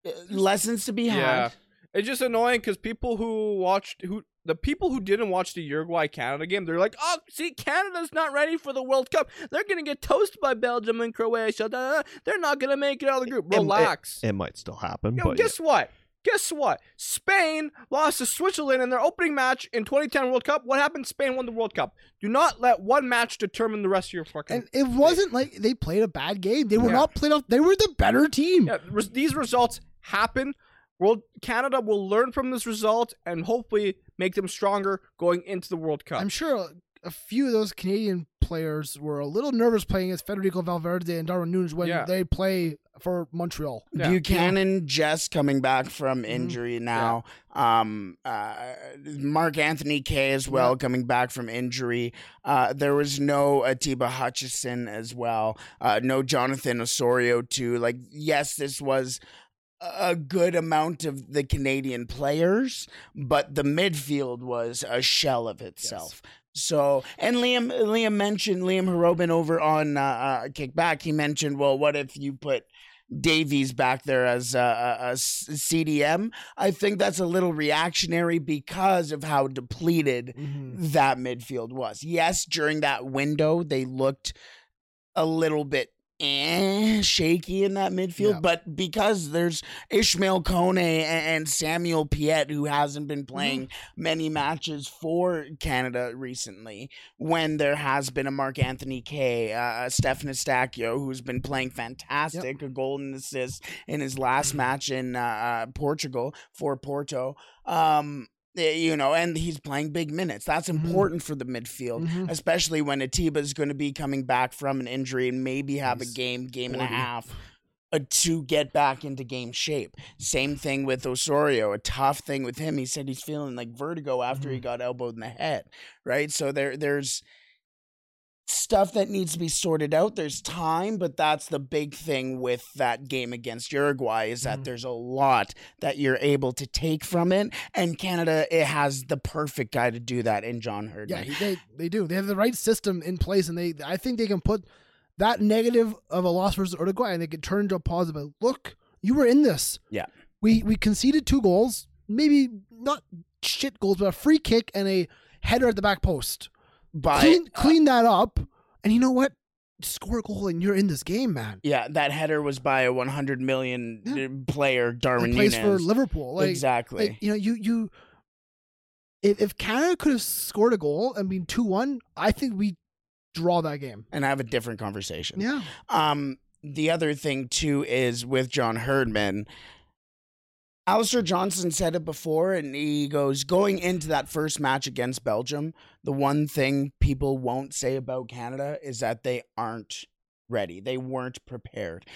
[SPEAKER 2] uh, lessons to be had.
[SPEAKER 5] Yeah. It's just annoying because people who watched who the people who didn't watch the Uruguay Canada game, they're like, oh, see, Canada's not ready for the World Cup. They're gonna get toasted by Belgium and Croatia. Da, da, da. They're not gonna make it out of the group.
[SPEAKER 4] It- it-
[SPEAKER 5] Relax.
[SPEAKER 4] It, might still happen,
[SPEAKER 5] Yo,
[SPEAKER 4] but yeah.
[SPEAKER 5] guess what? Guess what? Spain lost to Switzerland in their opening match in 2010 World Cup. What happened? Spain won the World Cup. Do not let one match determine the rest of your fucking.
[SPEAKER 3] and it wasn't like they played a bad game. They were
[SPEAKER 5] Yeah.
[SPEAKER 3] not played off. They were the better team.
[SPEAKER 5] Yeah, res- these results happen. World Canada will learn from this result and hopefully make them stronger going into the World Cup.
[SPEAKER 3] I'm sure a few of those Canadian players were a little nervous playing as Federico Valverde and Darwin Nunes when
[SPEAKER 5] Yeah.
[SPEAKER 3] they play for Montreal.
[SPEAKER 5] Yeah. Mm-hmm.
[SPEAKER 2] Buchanan just coming back from injury now. Um, uh, Mark Anthony Kay as well coming back from injury. Uh, there was no Atiba Hutchison as well. Uh, no Jonathan Osorio too. Like yes, this was a good amount of the Canadian players, but the midfield was a shell of itself. So and Liam Liam mentioned Liam Harobin over on uh, uh, Kickback. He mentioned, well, what if you put Davies back there as a, a- a s- CDM. I think that's a little reactionary because of how depleted
[SPEAKER 3] Mm-hmm.
[SPEAKER 2] that midfield was. Yes, during that window, they looked a little bit eh, shaky in that midfield,
[SPEAKER 3] Yeah.
[SPEAKER 2] but because there's Ishmael Kone a- and Samuel Piet, who hasn't been playing many matches for Canada recently, when there has been a Mark Anthony Kay, uh, Stefan Estacchio, who's been playing fantastic, a golden assist in his last match in uh, uh, Portugal for Porto. Um, eh, you know, and he's playing big minutes. That's important for the midfield, especially when Atiba is going to be coming back from an injury and maybe have a game, game and a half uh, to get back into game shape. Same thing with Osorio, a tough thing with him. He said he's feeling like vertigo after
[SPEAKER 3] Mm-hmm.
[SPEAKER 2] he got elbowed in the head, right? So there there's stuff that needs to be sorted out. There's time, but that's the big thing with that game against Uruguay is
[SPEAKER 3] Mm-hmm.
[SPEAKER 2] that there's a lot that you're able to take from it and Canada it has the perfect guy to do that in John Herdman.
[SPEAKER 3] Yeah, he- they they do. They have the right system in place, and they I think they can put that negative of a loss versus Uruguay, and they can turn into a positive. Look, you were in this.
[SPEAKER 2] Yeah.
[SPEAKER 3] we we conceded two goals. Maybe not shit goals, but a free kick and a header at the back post.
[SPEAKER 2] By uh,
[SPEAKER 3] clean, clean that up, and you know what? Score a goal, and you're in this game, man.
[SPEAKER 2] yeah, that header was by a 100 million uh, player, Darwin
[SPEAKER 3] He plays
[SPEAKER 2] Nunes.
[SPEAKER 3] for Liverpool, like,
[SPEAKER 2] Exactly.
[SPEAKER 3] like, you know, you you. If, if Canada could have scored a goal and been two one, I think we draw that game.
[SPEAKER 2] and have a different conversation.
[SPEAKER 3] Yeah,
[SPEAKER 2] Um, the other thing too is with John Herdman. Alistair Johnson said it before, and he goes, going into that first match against Belgium, the one thing people won't say about Canada is that they aren't ready. They weren't prepared.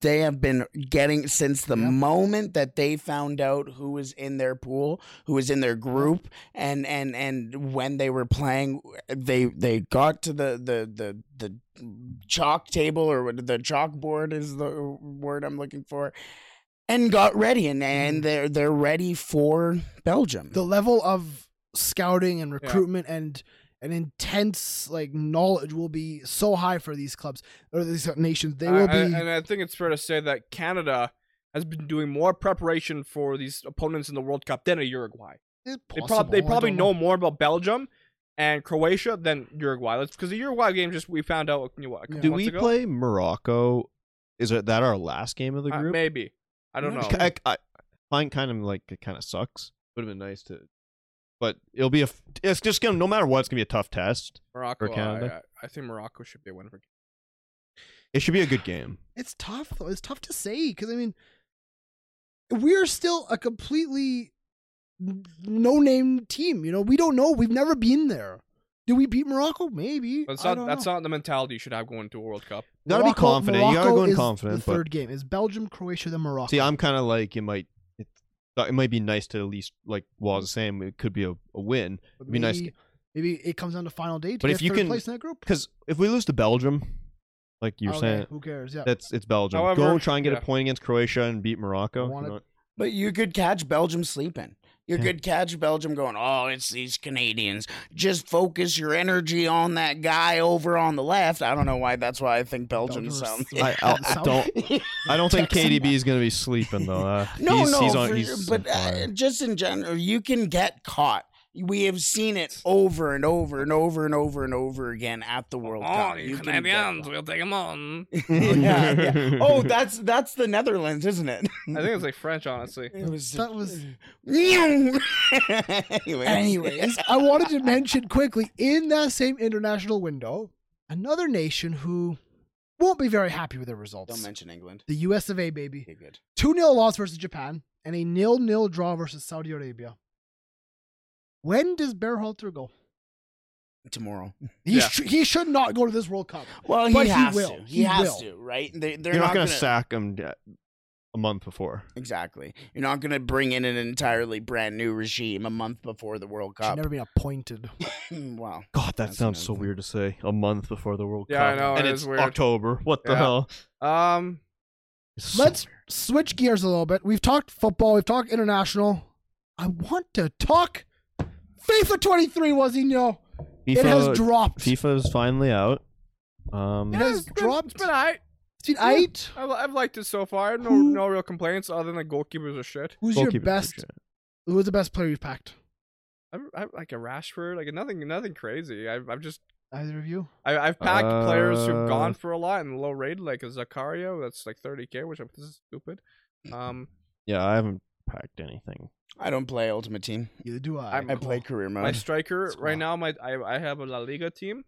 [SPEAKER 2] They have been getting since the moment that they found out who was in their pool, who was in their group, and and and when they were playing, they they got to the the the the chalk table or what the chalkboard is the word I'm looking for, and got ready, and and they're they're ready for Belgium.
[SPEAKER 3] the level of scouting and recruitment and an intense like knowledge will be so high for these clubs or these nations. They
[SPEAKER 5] I-
[SPEAKER 3] will
[SPEAKER 5] I-
[SPEAKER 3] be.
[SPEAKER 5] and I think it's fair to say that Canada has been doing more preparation for these opponents in the World Cup than a Uruguay.
[SPEAKER 3] it's
[SPEAKER 5] They, prob-
[SPEAKER 3] possible,
[SPEAKER 5] they
[SPEAKER 3] I
[SPEAKER 5] probably
[SPEAKER 3] don't
[SPEAKER 5] know. more about Belgium and Croatia than Uruguay. Let's because the Uruguay game just we found out you know, what, a couple
[SPEAKER 4] Do
[SPEAKER 5] months
[SPEAKER 4] we
[SPEAKER 5] ago?
[SPEAKER 4] play Morocco? Is it that our last game of the
[SPEAKER 5] Uh,
[SPEAKER 4] group?
[SPEAKER 5] maybe I don't know.
[SPEAKER 4] I, I- I find kind of like it kind of sucks. Would have been nice to, but it'll be a. f- It's just gonna no matter what, it's gonna be a tough test.
[SPEAKER 5] Morocco. I-
[SPEAKER 4] Canada?
[SPEAKER 5] I, I think Morocco should be a winner. For-
[SPEAKER 4] It should be a good game.
[SPEAKER 3] It's tough though. It's tough to say because I mean, we're still a completely no-name team. You know, we don't know. We've never been there. Do we beat Morocco? Maybe.
[SPEAKER 5] that's
[SPEAKER 3] I
[SPEAKER 5] not
[SPEAKER 3] don't
[SPEAKER 5] that's
[SPEAKER 3] know.
[SPEAKER 5] not the mentality you should have going to a World Cup.
[SPEAKER 4] You gotta
[SPEAKER 3] Morocco-
[SPEAKER 4] be confident. you gotta go
[SPEAKER 3] Morocco
[SPEAKER 4] in
[SPEAKER 3] is
[SPEAKER 4] confident.
[SPEAKER 3] The
[SPEAKER 4] But
[SPEAKER 3] third game is Belgium, Croatia, then Morocco.
[SPEAKER 4] see, I'm kind of like it might. It, it might be nice to at least like was saying it could be a, a win.
[SPEAKER 3] But
[SPEAKER 4] It'd be nice
[SPEAKER 3] maybe- Maybe it comes down to final day to
[SPEAKER 4] But
[SPEAKER 3] get
[SPEAKER 4] if you
[SPEAKER 3] third
[SPEAKER 4] can-
[SPEAKER 3] place in that group.
[SPEAKER 4] because if we lose to Belgium, like you were
[SPEAKER 3] Okay,
[SPEAKER 4] saying,
[SPEAKER 3] who cares? Oh, Yeah.
[SPEAKER 4] that's it's Belgium.
[SPEAKER 5] However,
[SPEAKER 4] go try and get
[SPEAKER 5] yeah.
[SPEAKER 4] a point against Croatia and beat Morocco.
[SPEAKER 3] I
[SPEAKER 4] if you
[SPEAKER 3] wanna-
[SPEAKER 4] want.
[SPEAKER 2] But you could catch Belgium sleeping. You
[SPEAKER 4] Yeah.
[SPEAKER 2] could catch Belgium going, oh, it's these Canadians. Just focus your energy on that guy over on the left. I don't know why. That's why I think Belgium
[SPEAKER 3] Belgium
[SPEAKER 2] sounds.
[SPEAKER 3] is-
[SPEAKER 4] I, I
[SPEAKER 3] South-
[SPEAKER 4] don't. I don't think
[SPEAKER 2] Texan.
[SPEAKER 4] KDB is going to be sleeping though. Uh,
[SPEAKER 2] No,
[SPEAKER 4] he's,
[SPEAKER 2] no,
[SPEAKER 4] he's on,
[SPEAKER 2] for
[SPEAKER 4] he's
[SPEAKER 2] sure,
[SPEAKER 4] on
[SPEAKER 2] but uh,
[SPEAKER 4] fire.
[SPEAKER 2] just in general, you can get caught. We have seen it over and over and over and over and over again at the World
[SPEAKER 5] Oh,
[SPEAKER 2] Cup. You can get caught.
[SPEAKER 5] we'll take them on. I
[SPEAKER 2] yeah, yeah. Oh, that's that's the Netherlands, isn't it?
[SPEAKER 5] think it's like French, honestly.
[SPEAKER 2] It was.
[SPEAKER 3] That was.
[SPEAKER 2] Anyways.
[SPEAKER 3] Anyways, I wanted to mention quickly in that same international window, another nation who won't be very happy with their results.
[SPEAKER 2] Don't mention England.
[SPEAKER 3] the US of A, baby.
[SPEAKER 2] Okay, good.
[SPEAKER 3] 2 0 loss versus Japan and a nil nil draw versus Saudi Arabia. When does Bearhalter go?
[SPEAKER 2] Tomorrow.
[SPEAKER 3] He,
[SPEAKER 5] Yeah.
[SPEAKER 3] sh- he should not go to this World Cup.
[SPEAKER 2] Well, he
[SPEAKER 3] But he
[SPEAKER 2] has
[SPEAKER 3] will.
[SPEAKER 2] to. He,
[SPEAKER 3] He
[SPEAKER 2] has
[SPEAKER 3] will.
[SPEAKER 2] to, right? They, they're
[SPEAKER 4] You're not,
[SPEAKER 2] going
[SPEAKER 4] going to sack him d- a month before.
[SPEAKER 2] Exactly. You're not going to bring in an entirely brand new regime a month before the World
[SPEAKER 3] Should
[SPEAKER 2] Cup. Hmm,
[SPEAKER 3] never been appointed.
[SPEAKER 2] wow.
[SPEAKER 4] God, that
[SPEAKER 2] That's
[SPEAKER 4] sounds so
[SPEAKER 2] another thing.
[SPEAKER 4] weird to say. A month before the World
[SPEAKER 5] Yeah, I
[SPEAKER 4] Cup.
[SPEAKER 5] know,
[SPEAKER 4] And
[SPEAKER 5] it is
[SPEAKER 4] it's
[SPEAKER 5] weird.
[SPEAKER 4] October. What the
[SPEAKER 5] Yeah.
[SPEAKER 4] hell?
[SPEAKER 5] Um,
[SPEAKER 4] It's so
[SPEAKER 3] Let's switch gears a little bit. We've talked football, we've talked international. I want to talk FIFA 23, was he? No.
[SPEAKER 4] weird.
[SPEAKER 3] it has
[SPEAKER 4] FIFA
[SPEAKER 3] dropped.
[SPEAKER 4] FIFA's finally out. Um,
[SPEAKER 3] It has
[SPEAKER 5] it's been,
[SPEAKER 3] dropped.
[SPEAKER 5] It's been alright.
[SPEAKER 3] It's been eight.
[SPEAKER 5] I've, I've liked it so far. No,
[SPEAKER 3] Who-
[SPEAKER 5] no real complaints other than the goalkeepers are shit.
[SPEAKER 3] Who's your
[SPEAKER 4] goalkeeper
[SPEAKER 3] best?
[SPEAKER 4] position.
[SPEAKER 3] Who was the best player you've packed?
[SPEAKER 5] I, I like a Rashford, like nothing, nothing crazy. I've, I've just,
[SPEAKER 3] Either of you?
[SPEAKER 5] I, I've packed players who've
[SPEAKER 4] Uh,
[SPEAKER 5] gone for a lot and low rated, like a Zakario. That's like 30k, which I'm, this is stupid. Um,
[SPEAKER 4] Yeah, I haven't packed anything.
[SPEAKER 2] I don't play Ultimate Team.
[SPEAKER 3] Neither do I.
[SPEAKER 5] I'm-
[SPEAKER 2] I play career mode.
[SPEAKER 5] my striker
[SPEAKER 3] Small.
[SPEAKER 5] right now, my I, I have a La Liga team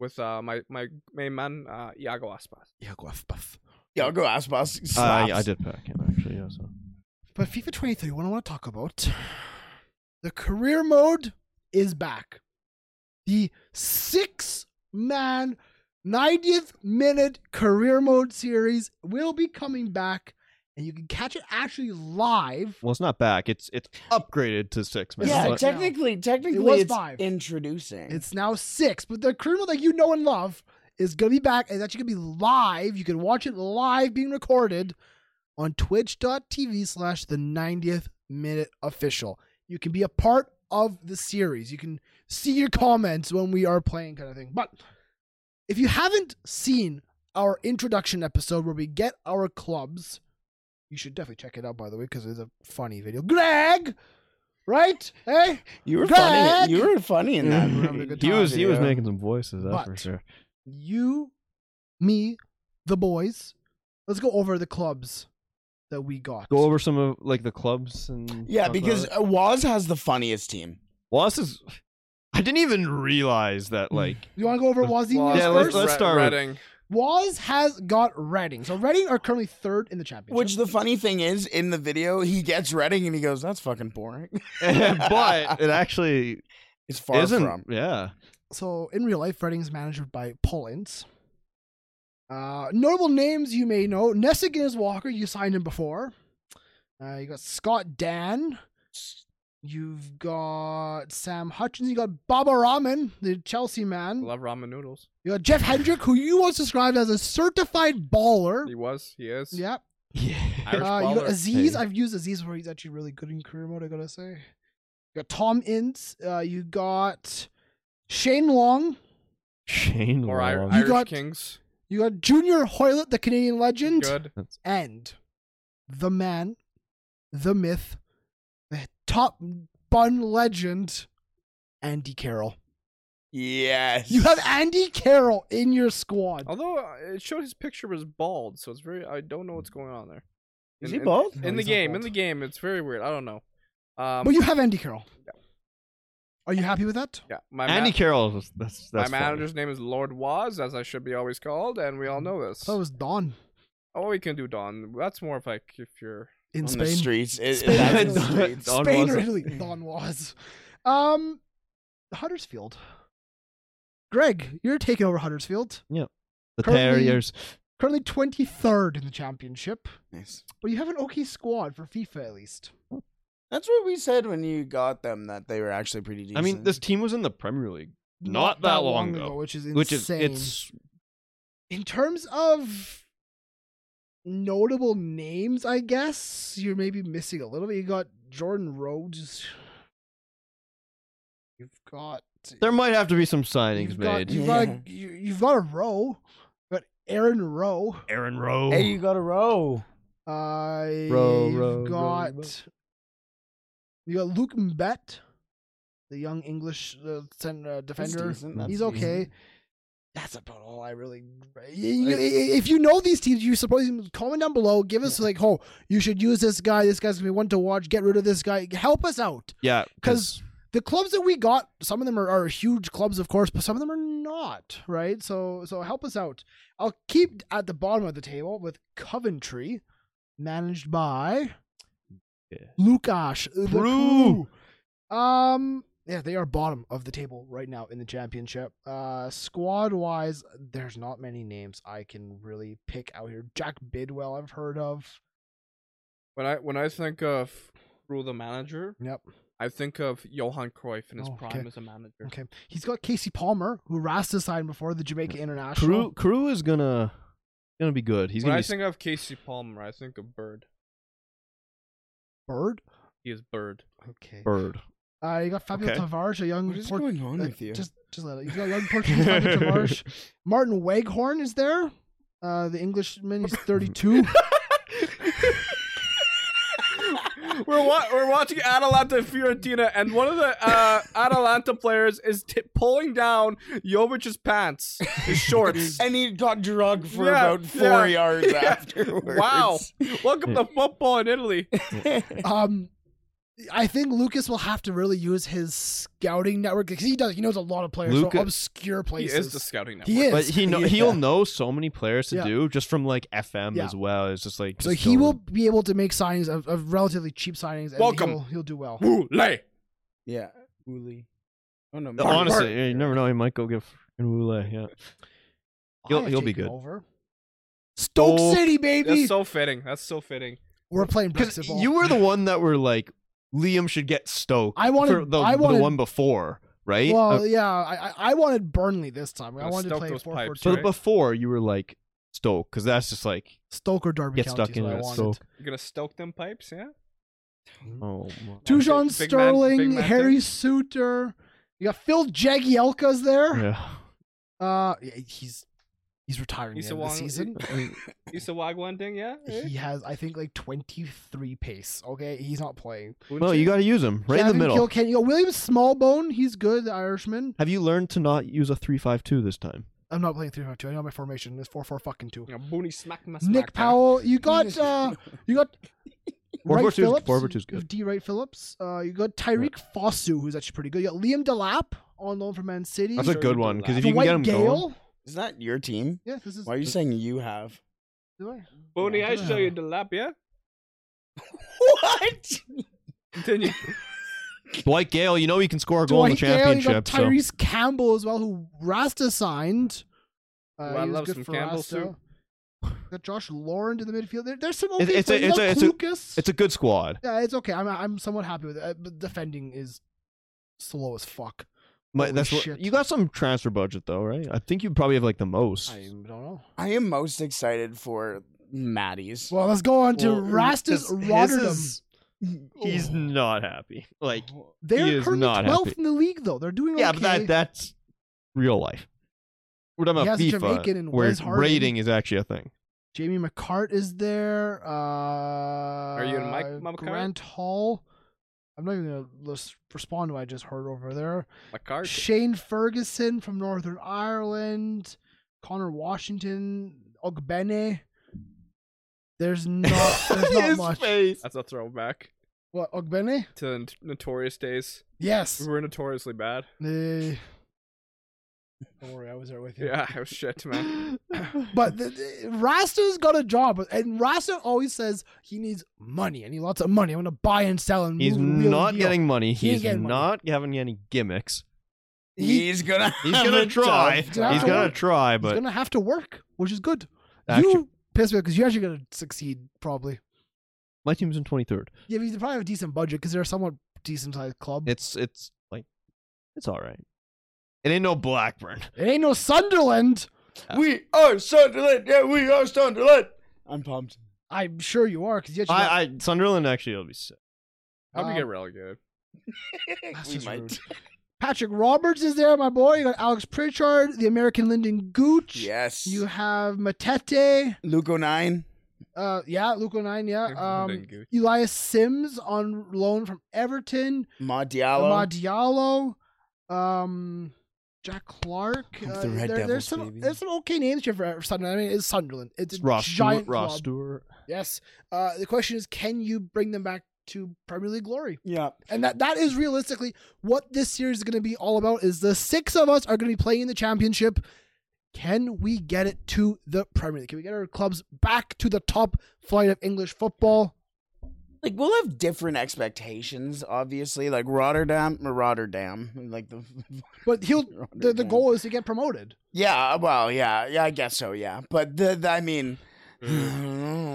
[SPEAKER 5] with uh my my main man uh Iago Aspas.
[SPEAKER 3] Yeah, go off, buff.
[SPEAKER 2] Y'all go Aspas. Slaps.
[SPEAKER 4] Uh, I, I did pack him actually. Yeah, so.
[SPEAKER 3] But FIFA 23, what I want to talk about the career mode is back. The six man, 90th minute career mode series will be coming back, and you can catch it actually live.
[SPEAKER 4] Well, it's not back. It's it's upgraded to six man.
[SPEAKER 2] Yeah,
[SPEAKER 4] But-
[SPEAKER 2] technically, technically,
[SPEAKER 3] was
[SPEAKER 2] it's
[SPEAKER 3] five.
[SPEAKER 2] introducing.
[SPEAKER 3] It's now six, but the career mode that you know and love is going to be back. and It's actually going to be live. You can watch it live being recorded on twitch.tv slash the 90th minute official. You can be a part of the series. You can see your comments when we are playing, kind of thing. But if you haven't seen our introduction episode where we get our clubs, you should definitely check it out, by the way, because it's a funny video. Greg right? Hey,
[SPEAKER 2] You were funny.
[SPEAKER 3] Greg!
[SPEAKER 2] You were funny in that.
[SPEAKER 3] We're having a good
[SPEAKER 4] he
[SPEAKER 3] time
[SPEAKER 4] was he was
[SPEAKER 2] Yeah.
[SPEAKER 4] making some voices, that's for
[SPEAKER 3] But-
[SPEAKER 4] sure.
[SPEAKER 3] you, me, the boys. Let's go over the clubs that we got.
[SPEAKER 4] Go over some of like the clubs and
[SPEAKER 2] yeah,
[SPEAKER 4] talk about
[SPEAKER 2] because
[SPEAKER 4] it.
[SPEAKER 2] uh, Waz has the funniest team.
[SPEAKER 4] Wallace is. I didn't even realize that like
[SPEAKER 3] You want to go over Wazzy
[SPEAKER 5] Well,
[SPEAKER 3] news
[SPEAKER 4] Yeah, let's-
[SPEAKER 3] first?
[SPEAKER 4] let's
[SPEAKER 5] Re-
[SPEAKER 4] start with-
[SPEAKER 5] Reading.
[SPEAKER 3] Waz has got Reading. So Reading are currently third in the championship.
[SPEAKER 2] Which the funny thing is, in the video, he gets Reading and he goes, "That's fucking boring."
[SPEAKER 4] but it actually
[SPEAKER 2] It's far
[SPEAKER 4] isn't
[SPEAKER 2] from.
[SPEAKER 4] yeah.
[SPEAKER 3] so in real life, Reading is managed by Paul Ince. Uh, notable names you may know: Nessigan is Walker. You signed him before. Uh, you got Scott Dan. You've got Sam Hutchins. You got Baba Rahman, the Chelsea man.
[SPEAKER 5] Love ramen noodles.
[SPEAKER 3] You got Jeff Hendrick, who you once described as a certified baller.
[SPEAKER 5] He was. He is.
[SPEAKER 3] Yep.
[SPEAKER 5] Irish
[SPEAKER 3] Uh, you got
[SPEAKER 5] baller.
[SPEAKER 3] Aziz.
[SPEAKER 4] Hey.
[SPEAKER 3] I've used Aziz where he's actually really good in career mode, I gotta say. You got Tom Ince. Uh, you got Shane Long.
[SPEAKER 4] Shane
[SPEAKER 5] Or Ir-
[SPEAKER 4] Long.
[SPEAKER 3] You
[SPEAKER 5] Irish
[SPEAKER 3] got-
[SPEAKER 5] Kings.
[SPEAKER 3] You got Junior Hoylett, the Canadian legend.
[SPEAKER 5] Good.
[SPEAKER 3] And the man, the myth, the top bun legend, Andy Carroll.
[SPEAKER 2] Yes,
[SPEAKER 3] You have Andy Carroll in your squad.
[SPEAKER 5] Although uh, it showed his picture was bald, so it's very. I don't know what's going on there.
[SPEAKER 2] Is
[SPEAKER 5] In-
[SPEAKER 2] he
[SPEAKER 5] in-
[SPEAKER 2] bald?
[SPEAKER 5] In,
[SPEAKER 3] No,
[SPEAKER 5] the
[SPEAKER 3] he's not
[SPEAKER 5] game, in
[SPEAKER 3] bald.
[SPEAKER 5] the game, it's very weird. I don't know. Um,
[SPEAKER 3] but you have Andy Carroll. Are you happy with that?
[SPEAKER 5] yeah, my ma-
[SPEAKER 4] Andy Carroll. is- That's
[SPEAKER 5] My
[SPEAKER 4] that's funny.
[SPEAKER 5] manager's name is Lord Waz, as I should be always called, and we
[SPEAKER 3] Mm-hmm.
[SPEAKER 5] all know this.
[SPEAKER 3] So was Don
[SPEAKER 5] oh, we can do Don. That's more of like if you're.
[SPEAKER 3] in
[SPEAKER 2] on
[SPEAKER 3] Spain.
[SPEAKER 2] the streets. It-
[SPEAKER 3] Spain
[SPEAKER 2] that's
[SPEAKER 3] or
[SPEAKER 2] the
[SPEAKER 3] Italy.
[SPEAKER 2] streets.
[SPEAKER 4] Don
[SPEAKER 3] Spain
[SPEAKER 4] was
[SPEAKER 3] or
[SPEAKER 4] a-
[SPEAKER 3] Italy? Don was. Um, Huddersfield. Greg, you're taking over Huddersfield.
[SPEAKER 4] The
[SPEAKER 3] Currently-
[SPEAKER 4] Terriers.
[SPEAKER 3] Currently 23rd in the championship,
[SPEAKER 2] Nice.
[SPEAKER 3] but you have an okay squad for FIFA at least.
[SPEAKER 2] That's what we said when you got them that they were actually pretty decent.
[SPEAKER 4] I mean, this team was in the Premier League not, that, long ago,
[SPEAKER 3] which is insane.
[SPEAKER 4] which is it's
[SPEAKER 3] in terms of notable names, I guess you're maybe missing a little bit. You got Jordan Rhodes. You've got
[SPEAKER 4] there might have to be some signings
[SPEAKER 3] you've got,
[SPEAKER 4] made.
[SPEAKER 3] you've, got a, you, you've got a row. You've got Aaron Rowe.
[SPEAKER 4] Aaron Rowe.
[SPEAKER 2] hey, you got a row.
[SPEAKER 3] Uh,
[SPEAKER 4] row,
[SPEAKER 3] you've
[SPEAKER 4] row,
[SPEAKER 3] got
[SPEAKER 4] row.
[SPEAKER 3] you got Luke Mbet, the young English uh, center uh, defender.
[SPEAKER 2] decent, that's
[SPEAKER 3] He's
[SPEAKER 2] decent.
[SPEAKER 3] okay. That's about all I really. You- you- if you know these teams, you suppose them, comment down below. Give us like, oh, you should use this guy. This guy's gonna be one to watch. Get rid of this guy. Help us out
[SPEAKER 4] yeah,
[SPEAKER 3] because the clubs that we got, some of them are, are huge clubs, of course, but some of them are not, right? So, so help us out. I'll keep at the bottom of the table with Coventry, managed by Lukash. the
[SPEAKER 4] Brew.
[SPEAKER 3] Coup. Um, yeah, they are bottom of the table right now in the championship. Uh, squad wise, there's not many names I can really pick out here. Jack Bidwell, I've heard of.
[SPEAKER 5] When I when I think of Rule the manager,
[SPEAKER 3] Yep.
[SPEAKER 5] I think of Johan Cruyff in his
[SPEAKER 3] Oh,
[SPEAKER 5] prime
[SPEAKER 3] okay.
[SPEAKER 5] as a manager.
[SPEAKER 3] Okay. He's got Casey Palmer, who Rasta signed before the Jamaica International.
[SPEAKER 4] Crew Crew is gonna gonna be good. He's
[SPEAKER 5] when
[SPEAKER 4] gonna
[SPEAKER 5] I
[SPEAKER 4] be
[SPEAKER 5] think of Casey Palmer, I think of Bird.
[SPEAKER 3] Bird.
[SPEAKER 5] He is Bird.
[SPEAKER 3] Okay.
[SPEAKER 4] bird.
[SPEAKER 3] Uh, you got Fabio
[SPEAKER 4] Okay.
[SPEAKER 3] Tavares, a young.
[SPEAKER 2] What is
[SPEAKER 3] Port-
[SPEAKER 2] going on
[SPEAKER 3] uh,
[SPEAKER 2] with you?
[SPEAKER 3] Just, just let it. You got young Portuguese Fabio Tavares. Martin Waghorn is there. Uh, the Englishman. He's 32.
[SPEAKER 5] we're wa- we're watching Atalanta Fiorentina, and one of the uh, Atalanta players is t- pulling down Jovic's pants, his shorts.
[SPEAKER 2] And he got drugged for
[SPEAKER 5] Yeah,
[SPEAKER 2] about four
[SPEAKER 5] yeah,
[SPEAKER 2] yards
[SPEAKER 5] yeah.
[SPEAKER 2] afterwards.
[SPEAKER 5] Wow! Welcome to football in Italy.
[SPEAKER 3] um, I think Lucas will have to really use his scouting network because he does. He knows a lot of players
[SPEAKER 4] Luca-
[SPEAKER 3] from obscure
[SPEAKER 5] He
[SPEAKER 3] places.
[SPEAKER 5] is the scouting network.
[SPEAKER 3] He is.
[SPEAKER 4] But he know,
[SPEAKER 2] Yeah.
[SPEAKER 4] he'll know so many players to
[SPEAKER 3] Yeah.
[SPEAKER 4] do just from like FM
[SPEAKER 3] Yeah.
[SPEAKER 4] as well. It's just like
[SPEAKER 3] so
[SPEAKER 4] just
[SPEAKER 3] he
[SPEAKER 4] go-
[SPEAKER 3] will be able to make signings of, of relatively cheap signings. And
[SPEAKER 5] Welcome.
[SPEAKER 3] He'll, he'll do well.
[SPEAKER 5] Woo, lay.
[SPEAKER 2] Yeah. Uli. Oh no. Mark-
[SPEAKER 4] honestly. yeah, you never know. He might go get frickin' Wule. Yeah, He'll-
[SPEAKER 3] I've
[SPEAKER 4] he'll be
[SPEAKER 3] taken
[SPEAKER 4] good.
[SPEAKER 3] Over. Stoke
[SPEAKER 4] Stoke-
[SPEAKER 3] City, baby.
[SPEAKER 5] Oh, That's so fitting. That's so fitting.
[SPEAKER 3] We're playing
[SPEAKER 4] because
[SPEAKER 3] Brexit ball.
[SPEAKER 4] you were the one that were like Liam should get Stoke.
[SPEAKER 3] I wanted-
[SPEAKER 4] for the,
[SPEAKER 3] I
[SPEAKER 4] the
[SPEAKER 3] wanted-
[SPEAKER 4] one before, right? Uh,
[SPEAKER 3] Well, yeah, I, I- I wanted Burnley this time. I
[SPEAKER 5] Uh,
[SPEAKER 3] wanted to
[SPEAKER 5] Stoke
[SPEAKER 3] play
[SPEAKER 5] those
[SPEAKER 3] four four
[SPEAKER 5] pipes,
[SPEAKER 3] two.
[SPEAKER 4] but
[SPEAKER 5] right?
[SPEAKER 4] before you were like Stoke because that's just like
[SPEAKER 3] Stoke or Derby
[SPEAKER 4] get
[SPEAKER 3] County
[SPEAKER 4] stuck
[SPEAKER 3] is what
[SPEAKER 4] into
[SPEAKER 3] I
[SPEAKER 4] it.
[SPEAKER 3] wanted.
[SPEAKER 4] Stoke.
[SPEAKER 5] You're gonna stoke them pipes, yeah?
[SPEAKER 4] Oh, my-
[SPEAKER 3] Dujon
[SPEAKER 5] Big- big man-
[SPEAKER 3] Sterling,
[SPEAKER 5] big man
[SPEAKER 3] Harry
[SPEAKER 5] thing.
[SPEAKER 3] Suter. You got Phil Jagielka's there.
[SPEAKER 4] yeah.
[SPEAKER 3] Uh, yeah, he's He's retiring
[SPEAKER 5] Issa
[SPEAKER 3] the end of the
[SPEAKER 5] Wong-
[SPEAKER 3] season.
[SPEAKER 5] Issa Wagwan thing, yeah. eh?
[SPEAKER 3] he has, I think, like 23 pace. Okay, he's not playing.
[SPEAKER 4] No, you got to use him right in
[SPEAKER 3] Gavin
[SPEAKER 4] the middle.
[SPEAKER 3] Kilkenny- oh, William Smallbone, he's good, the Irishman.
[SPEAKER 4] Have you learned to not use a three-five-two this time?
[SPEAKER 3] I'm not playing 3-5-2. I know my formation is 4-4 fucking 2.
[SPEAKER 5] You know, Booney smack my smack
[SPEAKER 3] Nick
[SPEAKER 5] there.
[SPEAKER 3] Powell, you got uh you got
[SPEAKER 4] Four
[SPEAKER 3] Wright
[SPEAKER 4] four two's-
[SPEAKER 3] Phillips.
[SPEAKER 4] four four two's
[SPEAKER 3] you have
[SPEAKER 4] good.
[SPEAKER 3] D Wright Phillips. Uh you got Tyreek Fosu, who's actually pretty good. You got Liam Delap on loan from Man City.
[SPEAKER 4] That's a
[SPEAKER 5] sure
[SPEAKER 4] good
[SPEAKER 5] you
[SPEAKER 4] one
[SPEAKER 5] did
[SPEAKER 4] because if
[SPEAKER 5] that.
[SPEAKER 4] you can
[SPEAKER 3] Dwight
[SPEAKER 4] get him
[SPEAKER 3] Gale.
[SPEAKER 4] going,
[SPEAKER 2] Is that your team?
[SPEAKER 3] Yeah, this is
[SPEAKER 2] Why are you saying you have?
[SPEAKER 3] do I-
[SPEAKER 5] Booney,
[SPEAKER 3] Yeah,
[SPEAKER 5] I
[SPEAKER 3] do
[SPEAKER 5] show
[SPEAKER 3] have
[SPEAKER 5] you
[SPEAKER 3] a-
[SPEAKER 5] the lap, yeah.
[SPEAKER 2] What?
[SPEAKER 5] Continue.
[SPEAKER 4] Dwight Gale, you know he can score a goal in the
[SPEAKER 3] Dwight Gale, you got
[SPEAKER 4] championship. so-
[SPEAKER 3] Tyrese Campbell as well, who Rasta signed. Uh,
[SPEAKER 5] Ooh, I
[SPEAKER 3] he was
[SPEAKER 5] love
[SPEAKER 3] good
[SPEAKER 5] some
[SPEAKER 3] for
[SPEAKER 5] Campbell
[SPEAKER 3] Rasta.
[SPEAKER 5] soup.
[SPEAKER 3] Got Josh Lauren in the midfield. There- there's some okay
[SPEAKER 4] It's- it's a-
[SPEAKER 3] players.
[SPEAKER 4] it's a-
[SPEAKER 3] Got
[SPEAKER 4] it's a-
[SPEAKER 3] Klukas.
[SPEAKER 4] It's a good squad.
[SPEAKER 3] yeah, it's okay. I'm I'm somewhat happy with it. Uh, but defending is slow as fuck.
[SPEAKER 4] My,
[SPEAKER 3] Holy
[SPEAKER 4] that's what,
[SPEAKER 3] shit.
[SPEAKER 4] you got some transfer budget though, right? I think you probably have like the most.
[SPEAKER 3] I don't know.
[SPEAKER 2] I am most excited for Maddie's.
[SPEAKER 3] Well, let's go on to
[SPEAKER 4] Well, mm,
[SPEAKER 3] Rastas
[SPEAKER 4] 'cause his
[SPEAKER 3] Rotterdam.
[SPEAKER 4] is- He's not happy. Like, he
[SPEAKER 3] They're
[SPEAKER 4] is
[SPEAKER 3] currently
[SPEAKER 4] not
[SPEAKER 3] 12th
[SPEAKER 4] happy.
[SPEAKER 3] in the league, though. They're doing
[SPEAKER 4] yeah,
[SPEAKER 3] okay.
[SPEAKER 4] but that that's real life. We're talking
[SPEAKER 3] He
[SPEAKER 4] about
[SPEAKER 3] has a Jamaican
[SPEAKER 4] FIFA,
[SPEAKER 3] and
[SPEAKER 4] where
[SPEAKER 3] Wes Harden.
[SPEAKER 4] rating is actually a thing.
[SPEAKER 3] Jamie McCart is there. Uh, Are
[SPEAKER 5] you in Mike McCart?
[SPEAKER 3] Grant Hall. I'm not even going to list, respond to what I just heard over there.
[SPEAKER 5] my card.
[SPEAKER 3] Shane Ferguson from Northern Ireland. Connor Washington. Ogbene. There's not, there's not much.
[SPEAKER 4] face.
[SPEAKER 5] That's a throwback
[SPEAKER 3] What, Ogbene?
[SPEAKER 5] to the n- notorious days.
[SPEAKER 3] Yes.
[SPEAKER 5] We were notoriously bad.
[SPEAKER 3] Eh. Don't worry, I was there with you.
[SPEAKER 5] Yeah, I was shit, man.
[SPEAKER 3] But the, the, Rasta's got a job, and Rasta always says he needs money. I need lots of money. I'm gonna buy and sell and
[SPEAKER 4] He's
[SPEAKER 3] move the real
[SPEAKER 4] not
[SPEAKER 3] deal.
[SPEAKER 4] getting money.
[SPEAKER 3] He ain't
[SPEAKER 4] He's
[SPEAKER 3] getting money.
[SPEAKER 4] not having any gimmicks.
[SPEAKER 2] He's gonna.
[SPEAKER 4] He's
[SPEAKER 2] have
[SPEAKER 4] gonna
[SPEAKER 2] a
[SPEAKER 4] try.
[SPEAKER 2] tough
[SPEAKER 4] He's
[SPEAKER 3] time.
[SPEAKER 4] gonna try,
[SPEAKER 3] He's
[SPEAKER 4] but
[SPEAKER 3] gonna have to work, which is good.
[SPEAKER 4] Actu-
[SPEAKER 3] you piss me because you're actually gonna succeed probably.
[SPEAKER 4] my team's in twenty third.
[SPEAKER 3] Yeah, but you probably have a decent budget because they're a somewhat decent sized club. It,
[SPEAKER 4] It's it's like it's all right. It ain't no Blackburn.
[SPEAKER 3] ain't no Sunderland.
[SPEAKER 2] We are Sunderland. Yeah, we are Sunderland. I'm pumped.
[SPEAKER 3] I'm sure you are because you actually.
[SPEAKER 4] I, I Sunderland actually will be sick.
[SPEAKER 5] How'd we
[SPEAKER 3] Um,
[SPEAKER 5] get relegated?
[SPEAKER 3] That's
[SPEAKER 2] we
[SPEAKER 3] just
[SPEAKER 2] might.
[SPEAKER 3] rude. Patrick Roberts is there, my boy. You got Alex Pritchard, the American Lyndon Gooch.
[SPEAKER 2] Yes.
[SPEAKER 3] You have Matete.
[SPEAKER 2] Luco nine.
[SPEAKER 3] Uh, yeah, Luke 09, yeah. Um,
[SPEAKER 5] Thank you.
[SPEAKER 3] Elias Sims on loan from Everton.
[SPEAKER 2] Ma Diallo.
[SPEAKER 3] Ahmad Diallo. Um, Jack Clark.
[SPEAKER 2] Of the
[SPEAKER 3] Uh,
[SPEAKER 2] Red
[SPEAKER 3] there-
[SPEAKER 2] Devils,
[SPEAKER 3] there's some
[SPEAKER 2] baby.
[SPEAKER 3] there's some okay names here for for Sunderland. I mean, it's Sunderland. It's a
[SPEAKER 4] Ross
[SPEAKER 3] giant
[SPEAKER 4] Stewart, Ross
[SPEAKER 3] club.
[SPEAKER 4] Stewart.
[SPEAKER 3] Yes. Uh, the question is, can you bring them back to Premier League glory?
[SPEAKER 2] Yeah.
[SPEAKER 3] And that that is realistically what this series is going to be all about. Is the six of us are going to be playing in the championship. Can we get it to the Premier League? Can we get our clubs back to the top flight of English football?
[SPEAKER 2] Like we'll have different expectations, obviously. Like Rotterdam or Rotterdam. Like the
[SPEAKER 3] But he'll the, the goal is to get promoted.
[SPEAKER 2] Yeah, well, yeah, yeah, I guess so, yeah. But the, the I mean
[SPEAKER 4] oh,
[SPEAKER 5] Mm.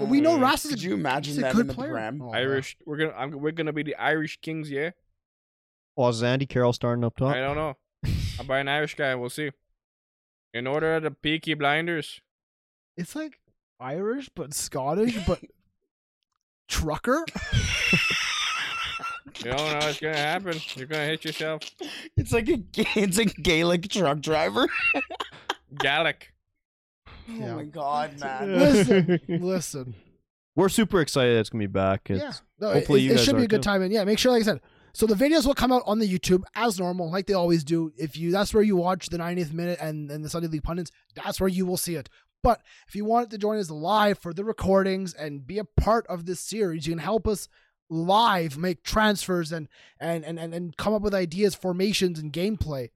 [SPEAKER 3] But we know Ross is a-
[SPEAKER 2] Could you imagine
[SPEAKER 3] he's a
[SPEAKER 2] that
[SPEAKER 3] good
[SPEAKER 2] in the
[SPEAKER 3] player.
[SPEAKER 2] Prem?
[SPEAKER 3] Mm-hmm. Oh,
[SPEAKER 5] Irish. We're gonna. I'm, we're gonna be the Irish Kings, yeah.
[SPEAKER 4] Oh, Zandy Carroll starting up top.
[SPEAKER 5] I don't know. I'll buy an Irish guy. We'll see. In order the Peaky Blinders.
[SPEAKER 3] It's like Irish but Scottish but trucker.
[SPEAKER 5] You don't know what's gonna happen. You're gonna hit yourself.
[SPEAKER 2] It's like a Ga- it's a Gaelic truck driver.
[SPEAKER 5] Gallic.
[SPEAKER 3] Yeah.
[SPEAKER 2] Oh my god, man.
[SPEAKER 3] Listen, listen.
[SPEAKER 4] We're super excited. It's gonna be back. It's,
[SPEAKER 3] Yeah. No,
[SPEAKER 4] hopefully
[SPEAKER 3] it,
[SPEAKER 4] you
[SPEAKER 3] it
[SPEAKER 4] guys
[SPEAKER 3] should be
[SPEAKER 4] are
[SPEAKER 3] a good
[SPEAKER 4] too.
[SPEAKER 3] time and yeah, make sure like I said. So the videos will come out on the YouTube as normal, like they always do. If you that's where you watch the 90th minute and, and the Sunday League pundits, that's where you will see it. But if you want to join us live for the recordings and be a part of this series, you can help us live make transfers and and and and, and come up with ideas, formations, and gameplay.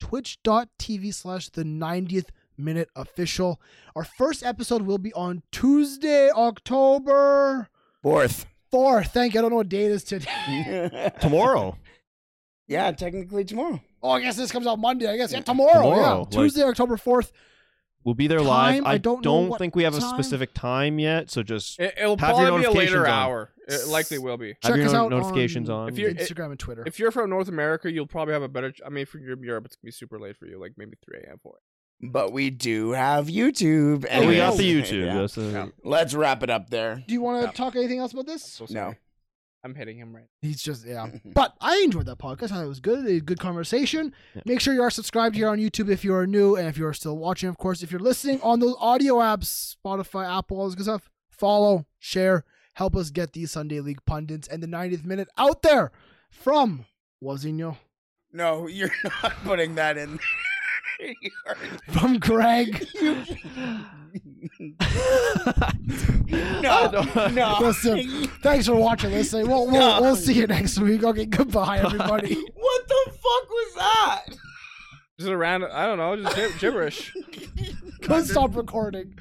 [SPEAKER 3] twitch.tv slash the 90th minute official our first episode will be on tuesday october
[SPEAKER 2] Fourth.
[SPEAKER 3] fourth thank you i don't know what date is today
[SPEAKER 4] Tomorrow.
[SPEAKER 2] yeah, technically tomorrow.
[SPEAKER 3] oh i guess this comes out monday i guess yeah tomorrow,
[SPEAKER 4] Tomorrow,
[SPEAKER 3] yeah
[SPEAKER 4] like-
[SPEAKER 3] tuesday october 4th
[SPEAKER 4] We'll be there
[SPEAKER 3] Time,
[SPEAKER 4] live.
[SPEAKER 3] I
[SPEAKER 4] I
[SPEAKER 3] don't know
[SPEAKER 4] don't,
[SPEAKER 3] what
[SPEAKER 4] think we have
[SPEAKER 3] time.
[SPEAKER 4] a specific time yet, so just
[SPEAKER 5] It, will
[SPEAKER 4] Have your
[SPEAKER 5] probably be a later
[SPEAKER 4] notifications on.
[SPEAKER 5] hour. It likely will be.
[SPEAKER 4] have
[SPEAKER 3] check
[SPEAKER 4] your
[SPEAKER 3] us
[SPEAKER 4] no-
[SPEAKER 3] out
[SPEAKER 4] notifications on.
[SPEAKER 5] If you're-
[SPEAKER 3] instagram and twitter
[SPEAKER 5] If you're from North America, you'll probably have a better. ch- I mean, if you're from Europe, it's gonna be super late for you, like maybe 3 a.m. for it.
[SPEAKER 2] But we do have YouTube.
[SPEAKER 4] Oh, we got
[SPEAKER 2] anyways.
[SPEAKER 4] the YouTube.
[SPEAKER 2] Yeah.
[SPEAKER 4] That's the-
[SPEAKER 5] Yeah.
[SPEAKER 2] Let's wrap it up there.
[SPEAKER 3] do you want to talk anything else about this
[SPEAKER 5] So
[SPEAKER 2] No.
[SPEAKER 5] sorry. I'm hitting him right.
[SPEAKER 3] He's just yeah. but I enjoyed that podcast. I thought it was good. A good conversation. Make sure you are subscribed here on YouTube if you are new, and if you are still watching, of course, if you're listening on those audio apps, Spotify, Apple, all this good stuff. Follow, share, help us get these Sunday League pundits and the 90th minute out there from Wazinho,
[SPEAKER 2] No, you're not putting that in. there. You are-
[SPEAKER 3] from Greg.
[SPEAKER 2] no,
[SPEAKER 4] don't-
[SPEAKER 2] no.
[SPEAKER 3] Listen, thanks for watching, listening. We'll, we'll, we'll see you next week. Okay, goodbye, everybody.
[SPEAKER 2] What the fuck was that?
[SPEAKER 5] Just around. I don't know. Just gib- gibberish.
[SPEAKER 3] Go stop recording.